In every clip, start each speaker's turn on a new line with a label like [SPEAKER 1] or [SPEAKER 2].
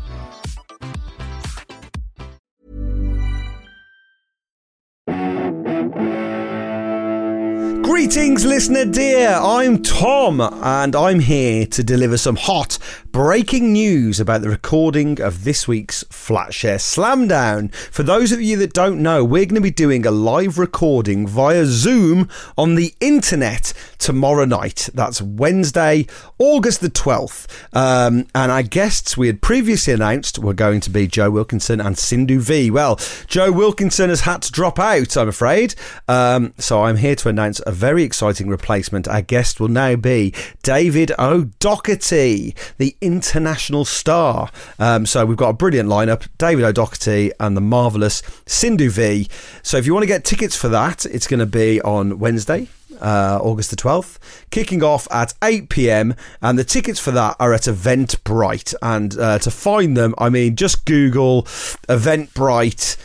[SPEAKER 1] Greetings, listener dear. I'm Tom, and I'm here to deliver some hot breaking news about the recording of this week's Flatshare Slamdown. For those of you that don't know, we're going to be doing a live recording via Zoom on the internet tomorrow night. That's Wednesday, August the 12th. Um, and our guests we had previously announced were going to be Joe Wilkinson and Sindhu V. Well, Joe Wilkinson has had to drop out, I'm afraid. Um, so I'm here to announce a very exciting replacement. Our guest will now be David O'Doherty, the international star. Um, so we've got a brilliant lineup David O'Doherty and the marvellous Sindhu V. So if you want to get tickets for that, it's going to be on Wednesday. Uh, August the 12th, kicking off at 8 pm. And the tickets for that are at Eventbrite. And uh, to find them, I mean, just Google Eventbrite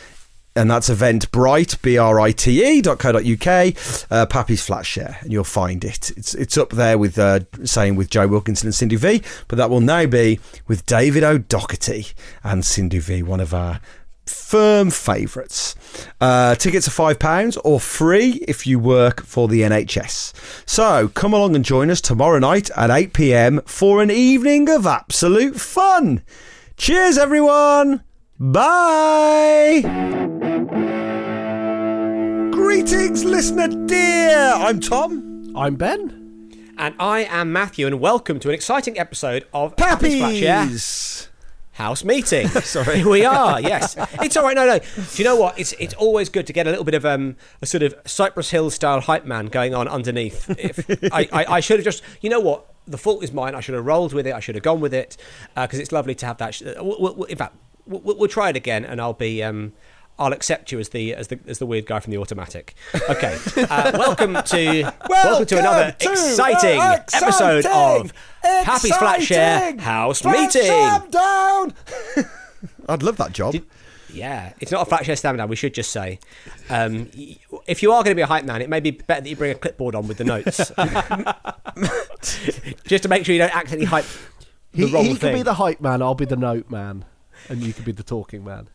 [SPEAKER 1] and that's eventbrite b-r-i-t-e E dot co dot uk uh, pappy's flat share and you'll find it it's it's up there with uh, saying with joe wilkinson and cindy v but that will now be with david o'doherty and cindy v one of our firm favourites. Uh, tickets are £5 or free if you work for the NHS. So come along and join us tomorrow night at 8 pm for an evening of absolute fun. Cheers, everyone! Bye! Greetings, listener dear! I'm Tom.
[SPEAKER 2] I'm Ben.
[SPEAKER 3] And I am Matthew, and welcome to an exciting episode of Pappy's Flash Air
[SPEAKER 1] Pappies!
[SPEAKER 3] House Meeting. Sorry, we are. Yes, it's all right. No, no. Do you know what? It's it's always good to get a little bit of um a sort of Cypress Hill style hype man going on underneath. If I, I, I should have just, you know what? The fault is mine. I should have rolled with it. I should have gone with it because it's lovely to have that. Sh- uh, we'll, we'll, in fact, we'll, we'll we'll try it again, and I'll be um. I'll accept you as the as the as the weird guy from the automatic. Okay, uh, welcome to welcome, to another
[SPEAKER 1] to
[SPEAKER 3] exciting,
[SPEAKER 1] an
[SPEAKER 3] episode of
[SPEAKER 1] exciting,
[SPEAKER 3] Happy's Flat Share
[SPEAKER 1] exciting
[SPEAKER 3] House
[SPEAKER 1] Flat
[SPEAKER 3] Meeting.
[SPEAKER 1] Sham down. I'd love that job.
[SPEAKER 3] Yeah, it's not a flat share stand down. We should just say, um, y- if you are going to be a hype man, it may be better that you bring a clipboard on with the notes, just to make sure you don't accidentally hype the
[SPEAKER 2] he
[SPEAKER 3] wrong
[SPEAKER 2] he
[SPEAKER 3] thing.
[SPEAKER 2] can be the hype man. I'll be the note man, and you can be the talking man.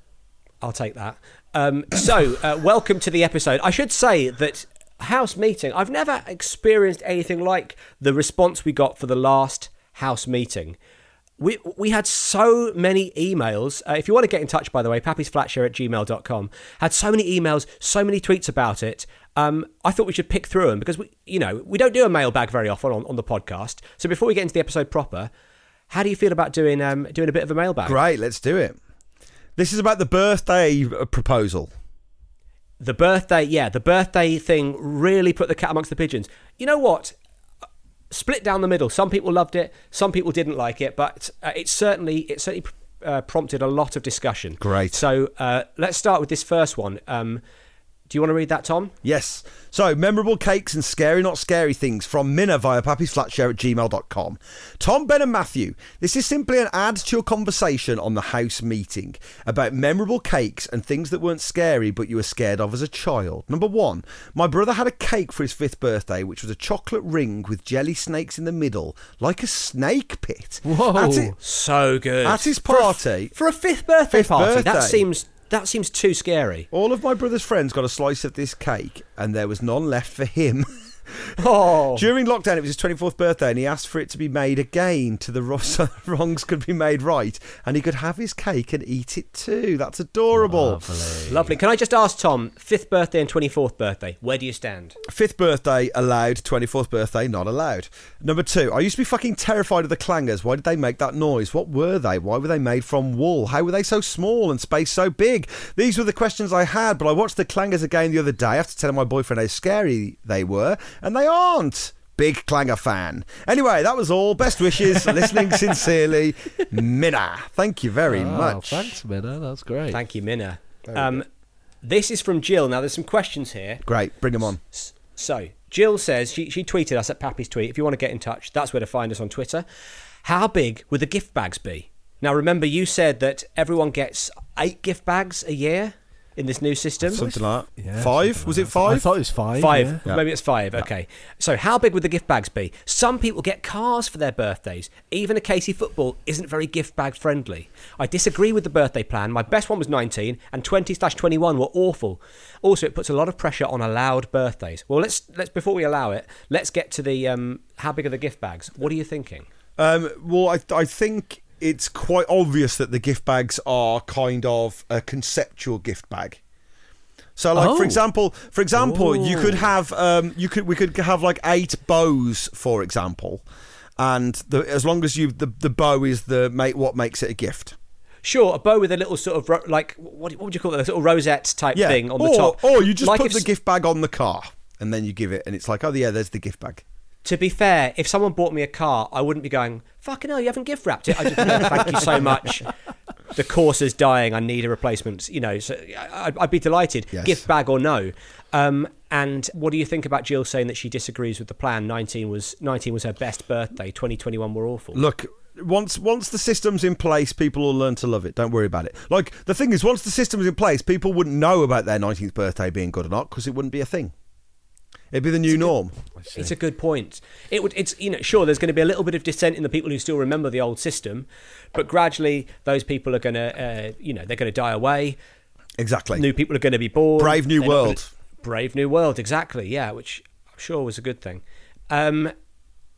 [SPEAKER 3] I'll take that. Um, so, uh, welcome to the episode. I should say that house meeting. I've never experienced anything like the response we got for the last house meeting. We, we had so many emails. Uh, if you want to get in touch, by the way, pappysflatshare at gmail.com. Had so many emails, so many tweets about it. Um, I thought we should pick through them because we, you know, we don't do a mailbag very often on, on the podcast. So before we get into the episode proper, how do you feel about doing um, doing a bit of a mailbag?
[SPEAKER 1] Great, let's do it. This is about the birthday uh, proposal.
[SPEAKER 3] The birthday, yeah, the birthday thing really put the cat amongst the pigeons. You know what? Split down the middle. Some people loved it, some people didn't like it, but uh, it certainly it certainly uh, prompted a lot of discussion.
[SPEAKER 1] Great.
[SPEAKER 3] So uh, let's start with this first one. Um, do you want to read that, Tom?
[SPEAKER 1] Yes. So, memorable cakes and scary, not scary things from Minna via pappysflatshare at gmail.com. Tom, Ben, and Matthew, this is simply an add to your conversation on the house meeting about memorable cakes and things that weren't scary but you were scared of as a child. Number one, my brother had a cake for his fifth birthday, which was a chocolate ring with jelly snakes in the middle, like a snake pit.
[SPEAKER 2] Whoa.
[SPEAKER 1] At it-
[SPEAKER 3] So good.
[SPEAKER 1] At his
[SPEAKER 3] For a f-
[SPEAKER 1] party-
[SPEAKER 3] for a, fifth birthday
[SPEAKER 1] Fifth
[SPEAKER 3] party.
[SPEAKER 1] birthday.
[SPEAKER 3] That seems that seems too scary.
[SPEAKER 1] all of my brother's friends got a slice of this cake, and there was none left for him.
[SPEAKER 3] Oh.
[SPEAKER 1] During lockdown, it was his 24th birthday, and he asked for it to be made again to the ro- so the wrongs could be made right, and he could have his cake and eat it too. That's adorable.
[SPEAKER 3] Lovely. Can I just ask Tom, fifth birthday and 24th birthday, where do you stand?
[SPEAKER 1] Fifth birthday allowed, 24th birthday not allowed. Number two, I used to be fucking terrified of the clangers. Why did they make that noise? What were they? Why were they made from wool? How were they so small and space so big? These were the questions I had, but I watched the clangers again the other day after telling my boyfriend how scary they were, and they aren't. Big clanger fan. Anyway, that was all. Best wishes. Listening sincerely, Minna. Thank you very
[SPEAKER 2] Oh,
[SPEAKER 1] much.
[SPEAKER 2] Thanks, Minna. That's great.
[SPEAKER 3] Thank you, Minna. Um, this is from Jill. Now, there's some questions here.
[SPEAKER 1] Great. Bring them on.
[SPEAKER 3] S- So, Jill says she, she tweeted us at Pappy's tweet. If you want to get in touch, that's where to find us on Twitter. How big would the gift bags be? Now, remember, you said that everyone gets eight gift bags a year in this new system.
[SPEAKER 1] Something like
[SPEAKER 2] Yeah,
[SPEAKER 1] five?
[SPEAKER 2] something
[SPEAKER 1] was
[SPEAKER 2] like
[SPEAKER 1] it
[SPEAKER 2] that. I
[SPEAKER 1] five?
[SPEAKER 2] thought it was five.
[SPEAKER 3] Five.
[SPEAKER 2] yeah.
[SPEAKER 1] Yeah.
[SPEAKER 3] Maybe it's five. Okay. So, how big would the gift bags be? Some people get cars for their birthdays. Even a Casey football isn't very gift bag friendly. I disagree with the birthday plan. My best one was 19, and 20 slash 21 were awful. Also, it puts a lot of pressure on allowed birthdays. Well, let's let's before we allow it, let's get to the um, how big are the gift bags? What are you thinking?
[SPEAKER 1] Um, well, I, I think it's quite obvious that the gift bags are kind of a conceptual gift bag. So, like for
[SPEAKER 2] Oh.
[SPEAKER 1] example, for example, you
[SPEAKER 3] Oh.
[SPEAKER 1] could have um, you could we could have like eight bows, for example, and the, as long as you the, the bow is the make what makes it a gift.
[SPEAKER 3] Sure, a bow with a little sort of ro- like what, what would you call it? A sort of rosette type
[SPEAKER 1] Yeah,
[SPEAKER 3] thing on
[SPEAKER 1] or,
[SPEAKER 3] the top.
[SPEAKER 1] or you just
[SPEAKER 3] Like
[SPEAKER 1] put
[SPEAKER 3] if
[SPEAKER 1] the
[SPEAKER 3] s-
[SPEAKER 1] gift bag on the car and then you give it, and it's like, oh yeah, there's the gift bag.
[SPEAKER 3] To be fair, if someone bought me a car, I wouldn't be going, fucking hell, you haven't gift wrapped it. I just, "No, thank you so much. The Corsa's dying. I need a replacement. You know, so I- I'd, I'd be delighted,
[SPEAKER 1] Yes.
[SPEAKER 3] gift bag or no. Um, and what do you think about Jill saying that she disagrees with the plan? 19 was 19 was her best birthday. 2021 were awful.
[SPEAKER 1] Look, once once the system's in place, people will learn to love it. Don't worry about it. Like the thing is, once the system's in place, people wouldn't know about their nineteenth birthday being good or not because it wouldn't be a thing. It'd be the new norm.
[SPEAKER 3] It's a good point. It would. It's you know sure. There's going to be a little bit of dissent in the people who still remember the old system, but gradually those people are going to uh, you know they're going to die away.
[SPEAKER 1] Exactly.
[SPEAKER 3] new people are going to be born.
[SPEAKER 1] Brave new
[SPEAKER 3] They're not
[SPEAKER 1] world.
[SPEAKER 3] gonna- brave new world, exactly. Yeah, which I'm sure was a good thing. Um,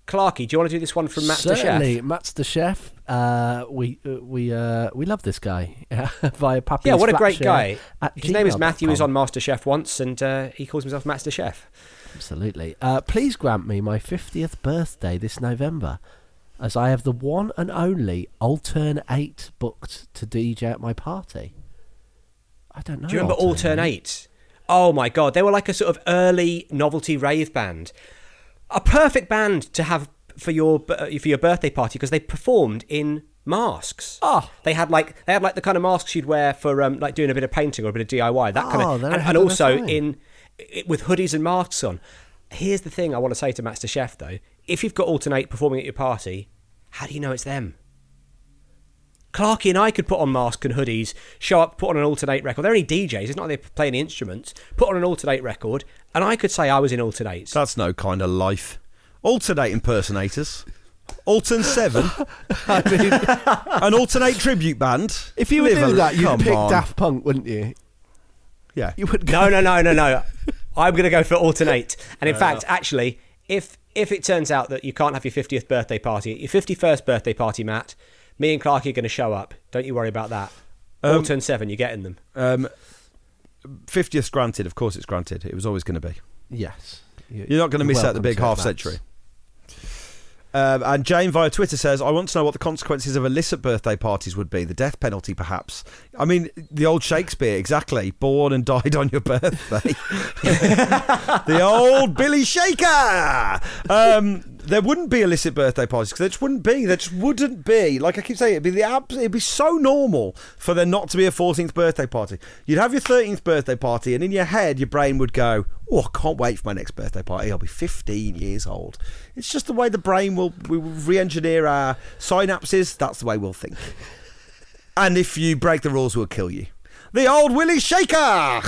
[SPEAKER 3] Clarky, do you want to do this one from Matt to
[SPEAKER 2] Certainly,
[SPEAKER 3] Chef?
[SPEAKER 2] Matt's the chef. Uh, we uh, we uh, we love this guy via Pappy's
[SPEAKER 3] Yeah, what a
[SPEAKER 2] Flat
[SPEAKER 3] great
[SPEAKER 2] Share
[SPEAKER 3] guy.
[SPEAKER 2] at
[SPEAKER 3] His name is
[SPEAKER 2] gmail.com.
[SPEAKER 3] Matthew. He was on MasterChef once, and uh, he calls himself Master Chef.
[SPEAKER 2] Absolutely. Uh, please grant me my 50th birthday this November, as I have the one and only Altern 8 booked to DJ at my party. I don't know.
[SPEAKER 3] Do you remember
[SPEAKER 2] Altern
[SPEAKER 3] Altern Eight? Oh my God, they were like a sort of early novelty rave band, a perfect band to have for your b- uh, for your birthday party because they performed in masks.
[SPEAKER 2] Oh.
[SPEAKER 3] they had like they had like the kind of masks you'd wear for um, like doing a bit of painting or a bit of DIY. That kind
[SPEAKER 2] Oh,
[SPEAKER 3] of
[SPEAKER 2] they're
[SPEAKER 3] and,
[SPEAKER 2] ahead
[SPEAKER 3] and
[SPEAKER 2] of their
[SPEAKER 3] also
[SPEAKER 2] time.
[SPEAKER 3] in it, with hoodies and masks on. Here's the thing I want to say to Master Chef though: if you've got Altern Eight performing at your party, how do you know it's them? Clarky and I could put on masks and hoodies, show up, put on an alternate record. They're only DJs, it's not they play any instruments. Put on an alternate record, and I could say I was in alternate.
[SPEAKER 1] That's no kind of life. Alternate impersonators. Altern Seven, an alternate tribute band.
[SPEAKER 2] if you would
[SPEAKER 1] Live
[SPEAKER 2] do
[SPEAKER 1] a-
[SPEAKER 2] that, you'd
[SPEAKER 1] come
[SPEAKER 2] pick
[SPEAKER 1] on.
[SPEAKER 2] Daft Punk, wouldn't you?
[SPEAKER 1] Yeah.
[SPEAKER 2] You would go.
[SPEAKER 3] No, no, no, no, no. I'm going to go for alternate. And in fact, actually, if if it turns out that you can't have your 50th birthday party, your 51st birthday party, Matt, me and Clarky are going to show up. Don't you worry about that. Altern seven, you're getting them.
[SPEAKER 1] Um, 50th granted. Of course, it's granted. It was always going to be.
[SPEAKER 2] Yes.
[SPEAKER 1] You're not going to miss out the
[SPEAKER 2] welcome
[SPEAKER 1] big
[SPEAKER 2] to it,
[SPEAKER 1] half
[SPEAKER 2] Matt.
[SPEAKER 1] century. Um, and Jane via Twitter says, I want to know what the consequences of illicit birthday parties would be. The death penalty, perhaps. I mean, the old Shakespeare, exactly. Born and died on your birthday. the old Billy Shaker. Um, there wouldn't be illicit birthday parties because there just wouldn't be. There just wouldn't be. Like I keep saying, it'd be the abs- It'd be so normal for there not to be a 14th birthday party. You'd have your 13th birthday party, and in your head, your brain would go, "Oh, I can't wait for my next birthday party. I'll be 15 years old." It's just the way the brain will we will re-engineer our synapses. That's the way we'll think. And if you break the rules, we'll kill you. The old Willie Shaker.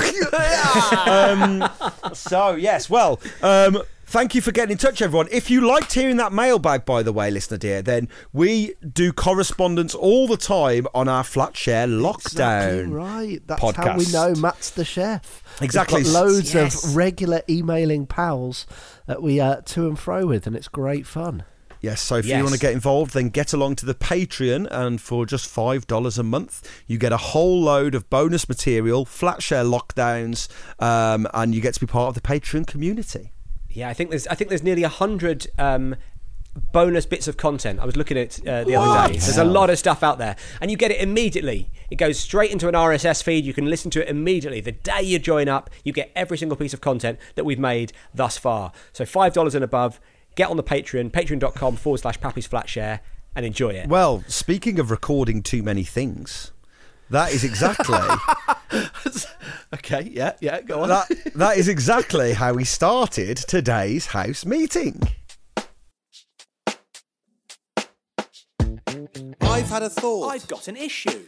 [SPEAKER 1] um, so yes, well, um, thank you for getting in touch, everyone. If you liked hearing that mailbag, by the way, listener dear, then we do correspondence all the time on our flat share lockdown.
[SPEAKER 2] Exactly right. That's how we
[SPEAKER 1] podcast.
[SPEAKER 2] know Matt's the chef. We've
[SPEAKER 1] Exactly.
[SPEAKER 2] got loads
[SPEAKER 4] Yes.
[SPEAKER 2] of regular emailing pals that we uh, to and fro with, and it's great fun.
[SPEAKER 1] Yes, so if you
[SPEAKER 3] Yes.
[SPEAKER 1] want to get involved, then get along to the Patreon, and for just five dollars a month, you get a whole load of bonus material, flat share lockdowns, um, and you get to be part of the Patreon community.
[SPEAKER 3] Yeah, I think there's I think there's nearly hundred um, bonus bits of content. I was looking at uh, the
[SPEAKER 1] What?
[SPEAKER 3] other day. There's a lot of stuff out there, and you get it immediately. It goes straight into an RSS feed. You can listen to it immediately the day you join up. You get every single piece of content that we've made thus far. So five dollars and above. get on the Patreon, patreon.com forward slash Pappy's Flat Share, and enjoy it.
[SPEAKER 1] Well, speaking of recording too many things, that is exactly
[SPEAKER 2] okay, yeah, yeah, go on.
[SPEAKER 1] that that is exactly how we started today's house meeting.
[SPEAKER 5] I've had a thought. I've,
[SPEAKER 6] got an issue.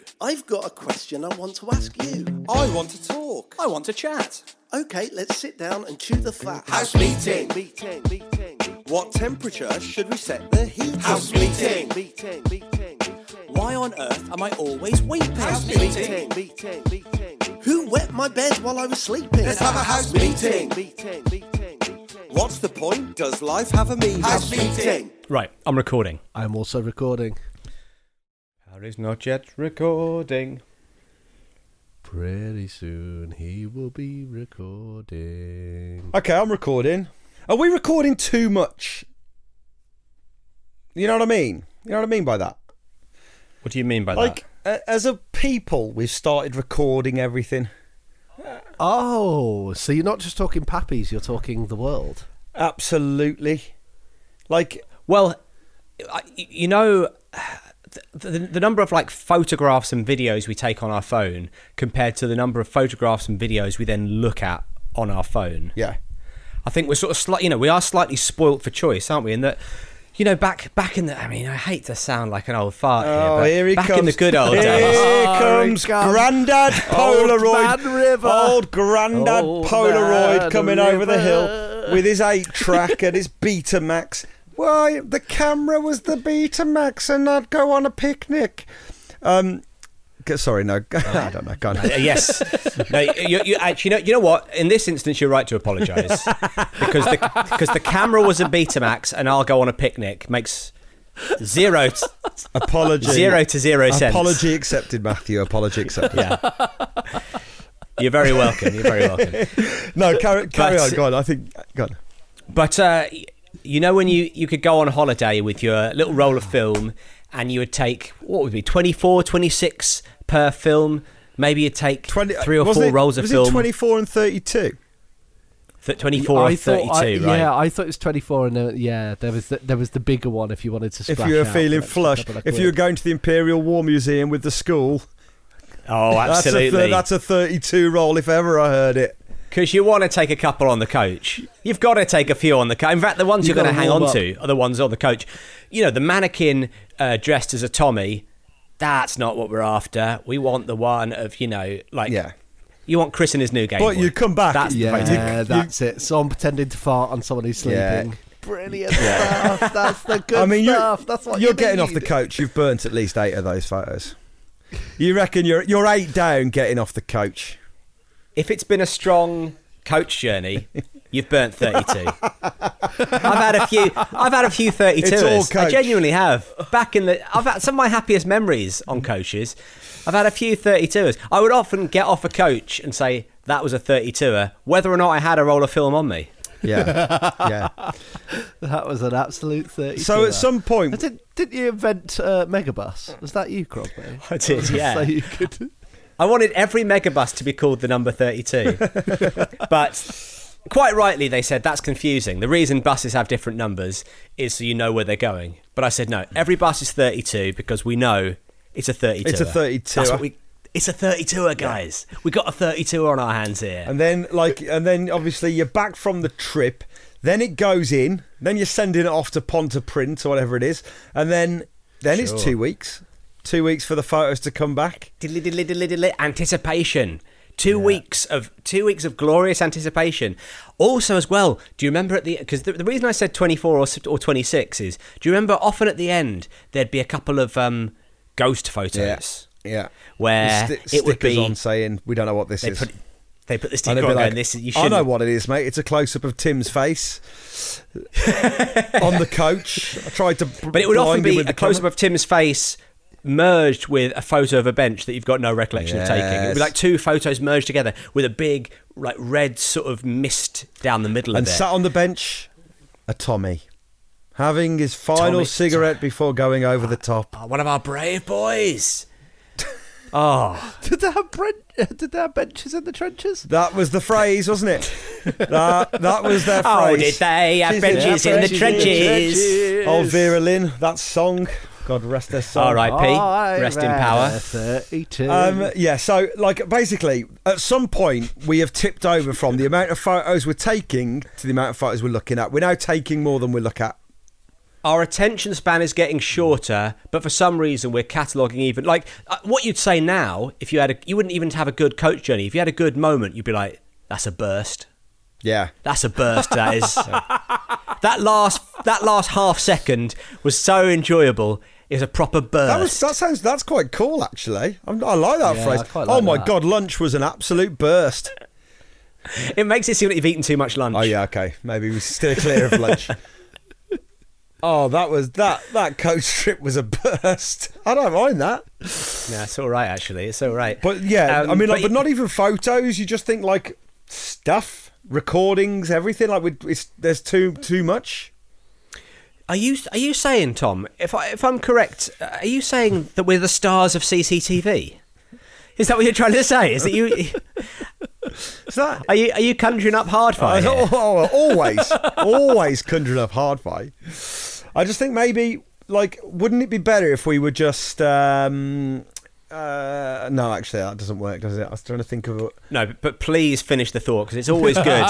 [SPEAKER 5] got a question I want to ask you.
[SPEAKER 6] I want to talk. I want to chat.
[SPEAKER 5] Okay, let's sit down and chew the fat.
[SPEAKER 6] House meeting.
[SPEAKER 5] Meeting. Meeting.
[SPEAKER 6] What temperature should we set
[SPEAKER 5] The heat.
[SPEAKER 6] House meeting.
[SPEAKER 5] Meeting. Meeting.
[SPEAKER 6] Why on earth am I always weeping? House
[SPEAKER 5] Meeting. Meeting. Meeting.
[SPEAKER 6] Who?
[SPEAKER 5] Who wet my bed while I was sleeping?
[SPEAKER 6] Let's have a house meeting.
[SPEAKER 5] Meeting. Meeting. Meeting.
[SPEAKER 6] What's the point? Does life have a meaning?
[SPEAKER 5] House meeting.
[SPEAKER 3] Right, I'm recording.
[SPEAKER 2] I'm also recording.
[SPEAKER 3] Harry's not yet recording.
[SPEAKER 2] Pretty soon he will be recording.
[SPEAKER 1] Okay, I'm recording. Are we recording too much? You know what I mean? You know what I mean by that?
[SPEAKER 3] What do you mean by
[SPEAKER 1] Like, uh, as a people, we've started recording everything.
[SPEAKER 2] Oh, so you're not just talking pappies, you're talking the world.
[SPEAKER 1] Absolutely. Like,
[SPEAKER 3] Well, I- you know, the, the, the number of like photographs and videos we take on our phone compared to the number of photographs and videos we then look at on our phone.
[SPEAKER 1] yeah.
[SPEAKER 3] I think we're sort of slight, you know, we are slightly spoilt for choice, aren't we? In that, you know, back back in the, I mean, I hate to sound like an old fart
[SPEAKER 1] Oh,
[SPEAKER 3] here, but
[SPEAKER 1] here he
[SPEAKER 3] back
[SPEAKER 1] comes.
[SPEAKER 3] in the good old
[SPEAKER 1] here
[SPEAKER 3] days.
[SPEAKER 1] comes
[SPEAKER 2] comes
[SPEAKER 1] Grandad
[SPEAKER 2] Old
[SPEAKER 1] Polaroid.
[SPEAKER 2] Man River.
[SPEAKER 1] Old Grandad
[SPEAKER 2] Old
[SPEAKER 1] Polaroid
[SPEAKER 2] Man
[SPEAKER 1] coming over the hill
[SPEAKER 2] River.
[SPEAKER 1] with his 8 track and his Betamax. Why, the camera was the Betamax and I'd go on a picnic. Um, g- sorry, no. I don't know. Can't.
[SPEAKER 3] Uh, yes. No, you, you actually know. You know what? In this instance, you're right to apologise because the because the camera was a Betamax, and I'll go on a picnic makes zero t-
[SPEAKER 1] Apology.
[SPEAKER 3] zero to zero cents.
[SPEAKER 1] Apology accepted, Matthew. Apology accepted.
[SPEAKER 3] Yeah. You're very welcome. You're very welcome.
[SPEAKER 1] No, carry, carry
[SPEAKER 3] But-
[SPEAKER 1] on. Go on. I think. Go on.
[SPEAKER 3] But uh, y- you know when you you could go on holiday with your little roll of film, and you would take what would be 24, 26 per film. Maybe you'd take
[SPEAKER 1] 20,
[SPEAKER 3] three or
[SPEAKER 1] wasn't
[SPEAKER 3] four
[SPEAKER 1] it-
[SPEAKER 3] rolls
[SPEAKER 1] uh,
[SPEAKER 3] of
[SPEAKER 1] was
[SPEAKER 3] film.
[SPEAKER 1] it 24 and 32?
[SPEAKER 3] th- 24
[SPEAKER 2] I
[SPEAKER 3] or
[SPEAKER 2] thought
[SPEAKER 3] 32,
[SPEAKER 2] I-
[SPEAKER 3] right?
[SPEAKER 2] Yeah, I thought it was 24, and uh, yeah, there was the, there was the bigger one if you wanted to.
[SPEAKER 1] if
[SPEAKER 2] splash
[SPEAKER 1] you were
[SPEAKER 2] out
[SPEAKER 1] feeling
[SPEAKER 2] an extra
[SPEAKER 1] flush,
[SPEAKER 2] couple of
[SPEAKER 1] if you were
[SPEAKER 2] quid.
[SPEAKER 1] going to the Imperial War Museum with the school,
[SPEAKER 3] Oh,
[SPEAKER 1] that's a,
[SPEAKER 3] absolutely.
[SPEAKER 1] thir- that's a 32 roll if ever I heard it.
[SPEAKER 3] Because you want to take a couple on the coach. You've got to take a few on the coach. In fact, the ones
[SPEAKER 2] You've
[SPEAKER 3] you're going to
[SPEAKER 2] gotta
[SPEAKER 3] hang
[SPEAKER 2] warm
[SPEAKER 3] on
[SPEAKER 2] up.
[SPEAKER 3] to are the ones on the coach. You know, the mannequin uh, dressed as a Tommy, that's not what we're after. We want the one of, you know, like.
[SPEAKER 1] Yeah.
[SPEAKER 3] You want Chris in his new game.
[SPEAKER 1] But
[SPEAKER 3] Boy.
[SPEAKER 1] you come back-
[SPEAKER 3] That's the
[SPEAKER 1] you-
[SPEAKER 3] photo.
[SPEAKER 2] yeah, that's it. Someone pretending to fart on someone who's sleeping.
[SPEAKER 1] Yeah.
[SPEAKER 2] Brilliant stuff. That's the good
[SPEAKER 1] I mean, you-
[SPEAKER 2] stuff. That's what
[SPEAKER 1] you're
[SPEAKER 2] you
[SPEAKER 1] getting off
[SPEAKER 2] need.
[SPEAKER 1] the coach. You've burnt at least eight of those photos. You reckon you're you're eight down getting off the coach?
[SPEAKER 3] If it's been a strong coach journey, you've burnt 32. I've had a few. I've had a few 32.
[SPEAKER 1] It's all
[SPEAKER 3] I
[SPEAKER 1] coach.
[SPEAKER 3] genuinely have. Back in the, I've had some of my happiest memories on coaches. I've had a few 32ers. I would often get off a coach and say that was a 32er, whether or not I had a roll of film on me.
[SPEAKER 1] Yeah, yeah.
[SPEAKER 2] That was an absolute 30.
[SPEAKER 1] So at some
[SPEAKER 2] I
[SPEAKER 1] point,
[SPEAKER 2] Did, didn't you invent uh,
[SPEAKER 3] Mm.
[SPEAKER 2] Megabus? Was that you, Crosby?
[SPEAKER 3] I did, yeah.
[SPEAKER 2] So you could.
[SPEAKER 3] I wanted every megabus to be called the number 32. but quite rightly, they said that's confusing. The reason buses have different numbers is so you know where they're going. But I said, no, every bus is 32 because we know it's a 32.
[SPEAKER 1] It's a 32.
[SPEAKER 3] That's what we, it's a 32er, guys. we got a 32 on our hands here.
[SPEAKER 1] and then like, and then obviously you're back from the trip. Then it goes in. Then you're sending it off to Pontypridd or whatever it is, and then then it's two weeks. Two weeks for the photos to come back.
[SPEAKER 3] diddly, diddly, diddly, diddly, anticipation. Two weeks of two weeks of glorious anticipation. Also, as well, do you remember at the because the, the reason I said twenty four or s- or twenty six is do you remember often at the end there'd be a couple of um, ghost photos
[SPEAKER 1] Yeah.
[SPEAKER 3] where
[SPEAKER 1] Sti-
[SPEAKER 3] it would
[SPEAKER 1] stickers
[SPEAKER 3] be
[SPEAKER 1] on saying we don't know what this
[SPEAKER 3] they
[SPEAKER 1] is.
[SPEAKER 3] put they put the
[SPEAKER 1] And
[SPEAKER 3] sticker
[SPEAKER 1] they'd
[SPEAKER 3] on
[SPEAKER 1] be like,
[SPEAKER 3] going this is- you
[SPEAKER 1] I
[SPEAKER 3] should
[SPEAKER 1] know what it is, mate. It's a close up of Tim's face on the coach. I tried to,
[SPEAKER 3] but it would often be a close up of Tim's face merged with a photo of a bench that you've got no recollection of taking. It would
[SPEAKER 1] Yes.
[SPEAKER 3] be like two photos merged together with a big like red sort of mist down the middle
[SPEAKER 1] and
[SPEAKER 3] of it.
[SPEAKER 1] sat on the bench, a Tommy, having his final
[SPEAKER 3] Tommy-
[SPEAKER 1] cigarette before going over the top.
[SPEAKER 3] Oh, one of our brave boys. Oh,
[SPEAKER 2] Did they have bren- Did they have benches in the trenches?
[SPEAKER 1] That was the phrase, wasn't it? that, that was their phrase.
[SPEAKER 3] oh did they have
[SPEAKER 1] She's
[SPEAKER 3] benches in the
[SPEAKER 1] trenches.
[SPEAKER 3] trenches?
[SPEAKER 1] Old Oh, Vera Lynn, that song. God rest her soul.
[SPEAKER 3] All right, P. Rest in power.
[SPEAKER 2] Thirty-two.
[SPEAKER 1] Um, yeah, so like basically, at some point we have tipped over from the amount of photos we're taking to the amount of photos we're looking at. We're now taking more than we look at.
[SPEAKER 3] Our attention span is getting shorter, but for some reason we're cataloging even like uh, what you'd say now if you had a you wouldn't even have a good coach journey. If you had a good moment, you'd be like, "That's a burst.
[SPEAKER 1] Yeah,
[SPEAKER 3] That's a burst. That is." that last that last half second was so enjoyable. It was a proper burst.
[SPEAKER 1] that was that sounds that's quite cool actually. I'm, I like that
[SPEAKER 2] Yeah,
[SPEAKER 1] phrase.
[SPEAKER 2] I quite
[SPEAKER 1] oh
[SPEAKER 2] like
[SPEAKER 1] my
[SPEAKER 2] that.
[SPEAKER 1] god, lunch was an absolute burst.
[SPEAKER 3] It makes it seem like you've eaten too much lunch.
[SPEAKER 1] Oh yeah, okay, maybe we steer clear of lunch. Oh, that was that that coach trip was a burst. I don't mind that.
[SPEAKER 3] No, it's all right actually. It's all right.
[SPEAKER 1] But yeah,
[SPEAKER 3] Um,
[SPEAKER 1] I mean, like, but not even photos. You just think like stuff, recordings, everything. Like, we, it's there's too too much.
[SPEAKER 3] Are you are you saying, Tom? If I if I'm correct, are you saying that we're the stars of CCTV? Is that what you're trying to say? Is that you?
[SPEAKER 1] Is that?
[SPEAKER 3] Are you are you conjuring up hard
[SPEAKER 1] I-
[SPEAKER 3] fire? here?
[SPEAKER 1] oh, oh, always, always conjuring up hard fight. I just think maybe like, wouldn't it be better if we were just? um uh, no, actually, that doesn't work, does it? I was trying to think of. a-
[SPEAKER 3] No, but please finish the thought because it's always good.